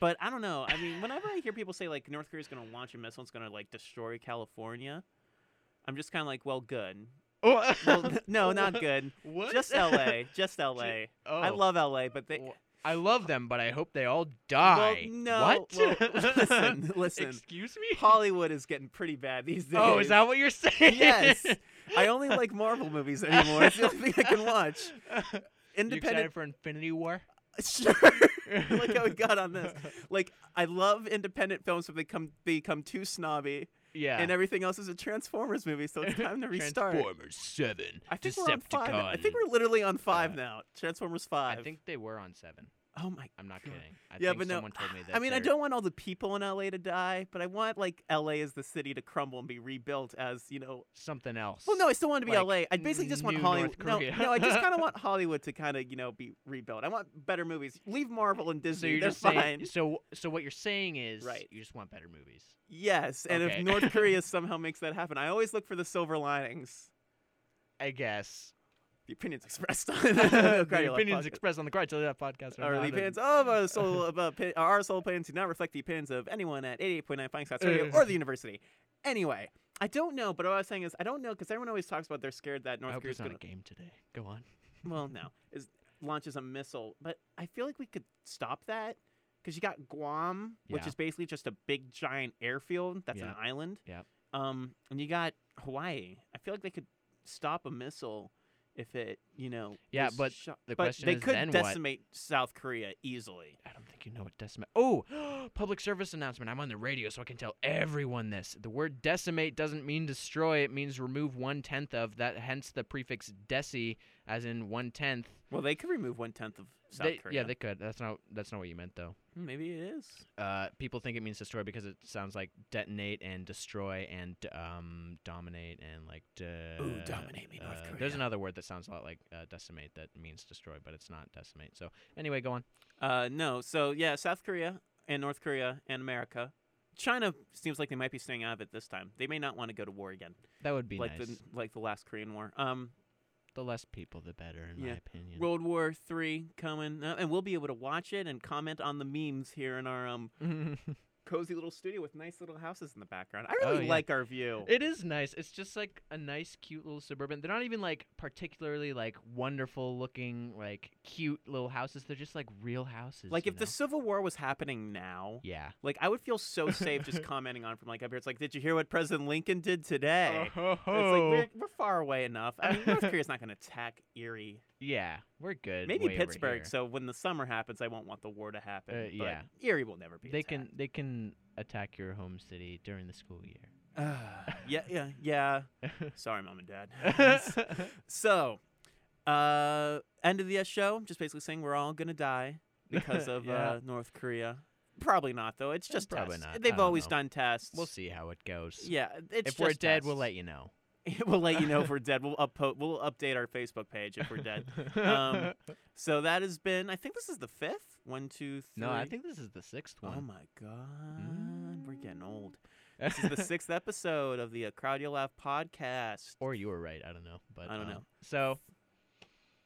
Speaker 1: But I don't know. I mean, whenever I hear people say like North Korea's gonna launch a missile, it's gonna like destroy California. I'm just kind of like, well, good. Well,
Speaker 2: Well,
Speaker 1: th- no, not
Speaker 2: What?
Speaker 1: good.
Speaker 2: what?
Speaker 1: Just L.A. Just L.A.
Speaker 2: Oh,
Speaker 1: I love L.A. But they.
Speaker 2: Wha- I love them, but I hope they all die.
Speaker 1: Well, no.
Speaker 2: What?
Speaker 1: well, listen, listen.
Speaker 2: Excuse me.
Speaker 1: Hollywood is getting pretty bad these days.
Speaker 2: Oh, is that what you're saying?
Speaker 1: Yes. I only like Marvel movies anymore. It's the only thing I can watch.
Speaker 2: You
Speaker 1: Independent.
Speaker 2: excited for Infinity War?
Speaker 1: Sure. Look how we got on this. Like, I love independent films, but they come they become too snobby.
Speaker 2: Yeah.
Speaker 1: and everything else is a Transformers movie, so it's time to restart.
Speaker 2: Transformers Seven.
Speaker 1: I think
Speaker 2: Decepticon.
Speaker 1: we're on five. I think we're literally on five
Speaker 2: Uh,
Speaker 1: now. Transformers five.
Speaker 2: I think they were on seven.
Speaker 1: oh my.
Speaker 2: I'm not
Speaker 1: God.
Speaker 2: kidding. I
Speaker 1: Yeah,
Speaker 2: think
Speaker 1: but no,
Speaker 2: someone told me that.
Speaker 1: I mean, I
Speaker 2: they're-
Speaker 1: don't want all the people in LA to die, but I want like LA as the city to crumble and be rebuilt as you know.
Speaker 2: Something else.
Speaker 1: Well, no, I still want it to be
Speaker 2: Like,
Speaker 1: LA. I basically just want
Speaker 2: new North
Speaker 1: Hollywood. No,
Speaker 2: Korea.
Speaker 1: no, I just kind of want Hollywood to kind of you know be rebuilt. I want better movies. Leave Marvel and
Speaker 2: So
Speaker 1: Disney.
Speaker 2: you're
Speaker 1: They're
Speaker 2: just
Speaker 1: fine.
Speaker 2: saying. So so what you're saying is,
Speaker 1: Right.
Speaker 2: You just want better movies.
Speaker 1: Yes, and
Speaker 2: Okay.
Speaker 1: if North Korea somehow makes that happen, I always look for the silver linings.
Speaker 2: I guess.
Speaker 1: The opinions expressed on
Speaker 2: the
Speaker 1: Cry Your Love
Speaker 2: opinions
Speaker 1: podcast.
Speaker 2: expressed on the Great That podcast are
Speaker 1: Our
Speaker 2: not
Speaker 1: the
Speaker 2: in-
Speaker 1: opinions of our soul of our opi- our soul opinions do not reflect the opinions of anyone at 88.9 Fine
Speaker 2: Eh.
Speaker 1: Scouts Radio or the university. Anyway, I don't know, but what I was saying is I don't know because everyone always talks about they're scared that
Speaker 2: I
Speaker 1: North
Speaker 2: hope
Speaker 1: Korea's
Speaker 2: there's not
Speaker 1: going
Speaker 2: a game today. Go on.
Speaker 1: to well, no, is launches a missile, but I feel like we could stop that because you got Guam, which
Speaker 2: Yeah.
Speaker 1: is basically just a big giant airfield that's
Speaker 2: Yeah.
Speaker 1: an island.
Speaker 2: Yep.
Speaker 1: Um, and you got Hawaii. I feel like they could stop a missile if it, you know,
Speaker 2: Yeah,
Speaker 1: was
Speaker 2: but
Speaker 1: shot-
Speaker 2: the
Speaker 1: but
Speaker 2: question
Speaker 1: they
Speaker 2: is
Speaker 1: could
Speaker 2: then what?
Speaker 1: decimate South Korea easily.
Speaker 2: I don't think you know what decimate. Oh, public service announcement. I'm on the radio, so I can tell everyone this. The word decimate doesn't mean destroy. It means remove one tenth of. That hence the prefix deci, as in one tenth.
Speaker 1: Well, they could remove one tenth of South
Speaker 2: They-
Speaker 1: Korea.
Speaker 2: yeah, they could. That's not. That's not what you meant though.
Speaker 1: Hmm, maybe it is.
Speaker 2: Uh, people think it means destroy because it sounds like detonate and destroy and um dominate and like. De-
Speaker 1: dominate me, North
Speaker 2: uh, There's
Speaker 1: Korea.
Speaker 2: another word that sounds a lot like uh, decimate that means destroy, but it's not decimate. So anyway, go on.
Speaker 1: Uh, no. So yeah, South Korea and North Korea and America. China seems like they might be staying out of it this time. They may not want to go to war again,
Speaker 2: That would be
Speaker 1: like
Speaker 2: nice.
Speaker 1: the
Speaker 2: The,
Speaker 1: like the last Korean War. Um,
Speaker 2: less people, the better, in
Speaker 1: Yeah.
Speaker 2: my opinion.
Speaker 1: World War Three coming, uh, and we'll be able to watch it and comment on the memes here in our um cozy little studio with nice little houses in the background. I
Speaker 2: Oh,
Speaker 1: really
Speaker 2: yeah.
Speaker 1: like our view.
Speaker 2: It is nice. It's just like a nice, cute little suburban. They're not even like particularly like wonderful looking, like cute little houses. They're just like real houses.
Speaker 1: like
Speaker 2: you
Speaker 1: if the
Speaker 2: know?
Speaker 1: Civil War was happening now,
Speaker 2: Yeah.
Speaker 1: like I would feel so safe just commenting on it from like up here. It's like, did you hear what President Lincoln did today?
Speaker 2: Oh.
Speaker 1: It's like we're, we're far away enough. I mean, North Korea's not going to attack Erie.
Speaker 2: yeah, we're good.
Speaker 1: Maybe
Speaker 2: way over here.
Speaker 1: Pittsburgh. So when the summer happens, I won't want the war to happen.
Speaker 2: Uh,
Speaker 1: but
Speaker 2: yeah.
Speaker 1: Erie will never be.
Speaker 2: they can
Speaker 1: attacked.
Speaker 2: they can attack your home city during the school year. uh,
Speaker 1: yeah, yeah, yeah. Sorry, mom and dad. so, uh, end of the uh, show. Just basically saying we're all gonna die because of
Speaker 2: Yeah. Eh,
Speaker 1: uh, North Korea. Probably not though. It's just
Speaker 2: Probably
Speaker 1: tests.
Speaker 2: not. I
Speaker 1: They've
Speaker 2: don't
Speaker 1: always
Speaker 2: know.
Speaker 1: done tests.
Speaker 2: we'll see how it goes.
Speaker 1: Yeah, it's
Speaker 2: if we're
Speaker 1: just
Speaker 2: dead,
Speaker 1: tests.
Speaker 2: we'll let you know.
Speaker 1: we'll let you know if we're dead. We'll uppo- We'll update our Facebook page if we're dead. Um, So that has been. I think this is the fifth. One, two, three.
Speaker 2: no, I think this is the sixth
Speaker 1: Oh
Speaker 2: one. Mm.
Speaker 1: my god, we're getting old. This is the sixth episode of the uh, Crowd You'll Laugh podcast.
Speaker 2: or you were right. I don't know. But
Speaker 1: I don't
Speaker 2: um,
Speaker 1: know.
Speaker 2: So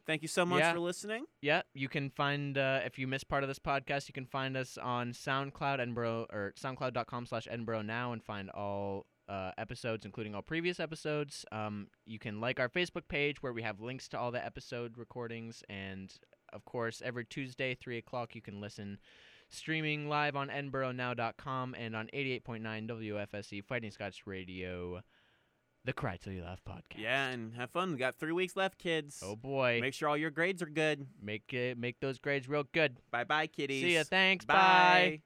Speaker 1: Thank you so much
Speaker 2: Yeah.
Speaker 1: for listening.
Speaker 2: Yeah, you can find uh, if you miss part of this podcast, you can find us on SoundCloud Edinburgh or SoundCloud.com slash Edinburgh now and find all uh, episodes, including all previous episodes. Um, you can like our Facebook page where we have links to all the episode recordings, and of course, every Tuesday three o'clock, you can listen streaming live on EdinburghNow.com and on eighty-eight point nine WFSE E Fighting Scots Radio, the Cry Till You Laugh podcast.
Speaker 1: Yeah, and have fun. We got three weeks left, kids.
Speaker 2: Oh boy,
Speaker 1: Make sure all your grades are good.
Speaker 2: make it, make those grades real good.
Speaker 1: Bye, bye, kiddies.
Speaker 2: See ya. Thanks.
Speaker 1: Bye.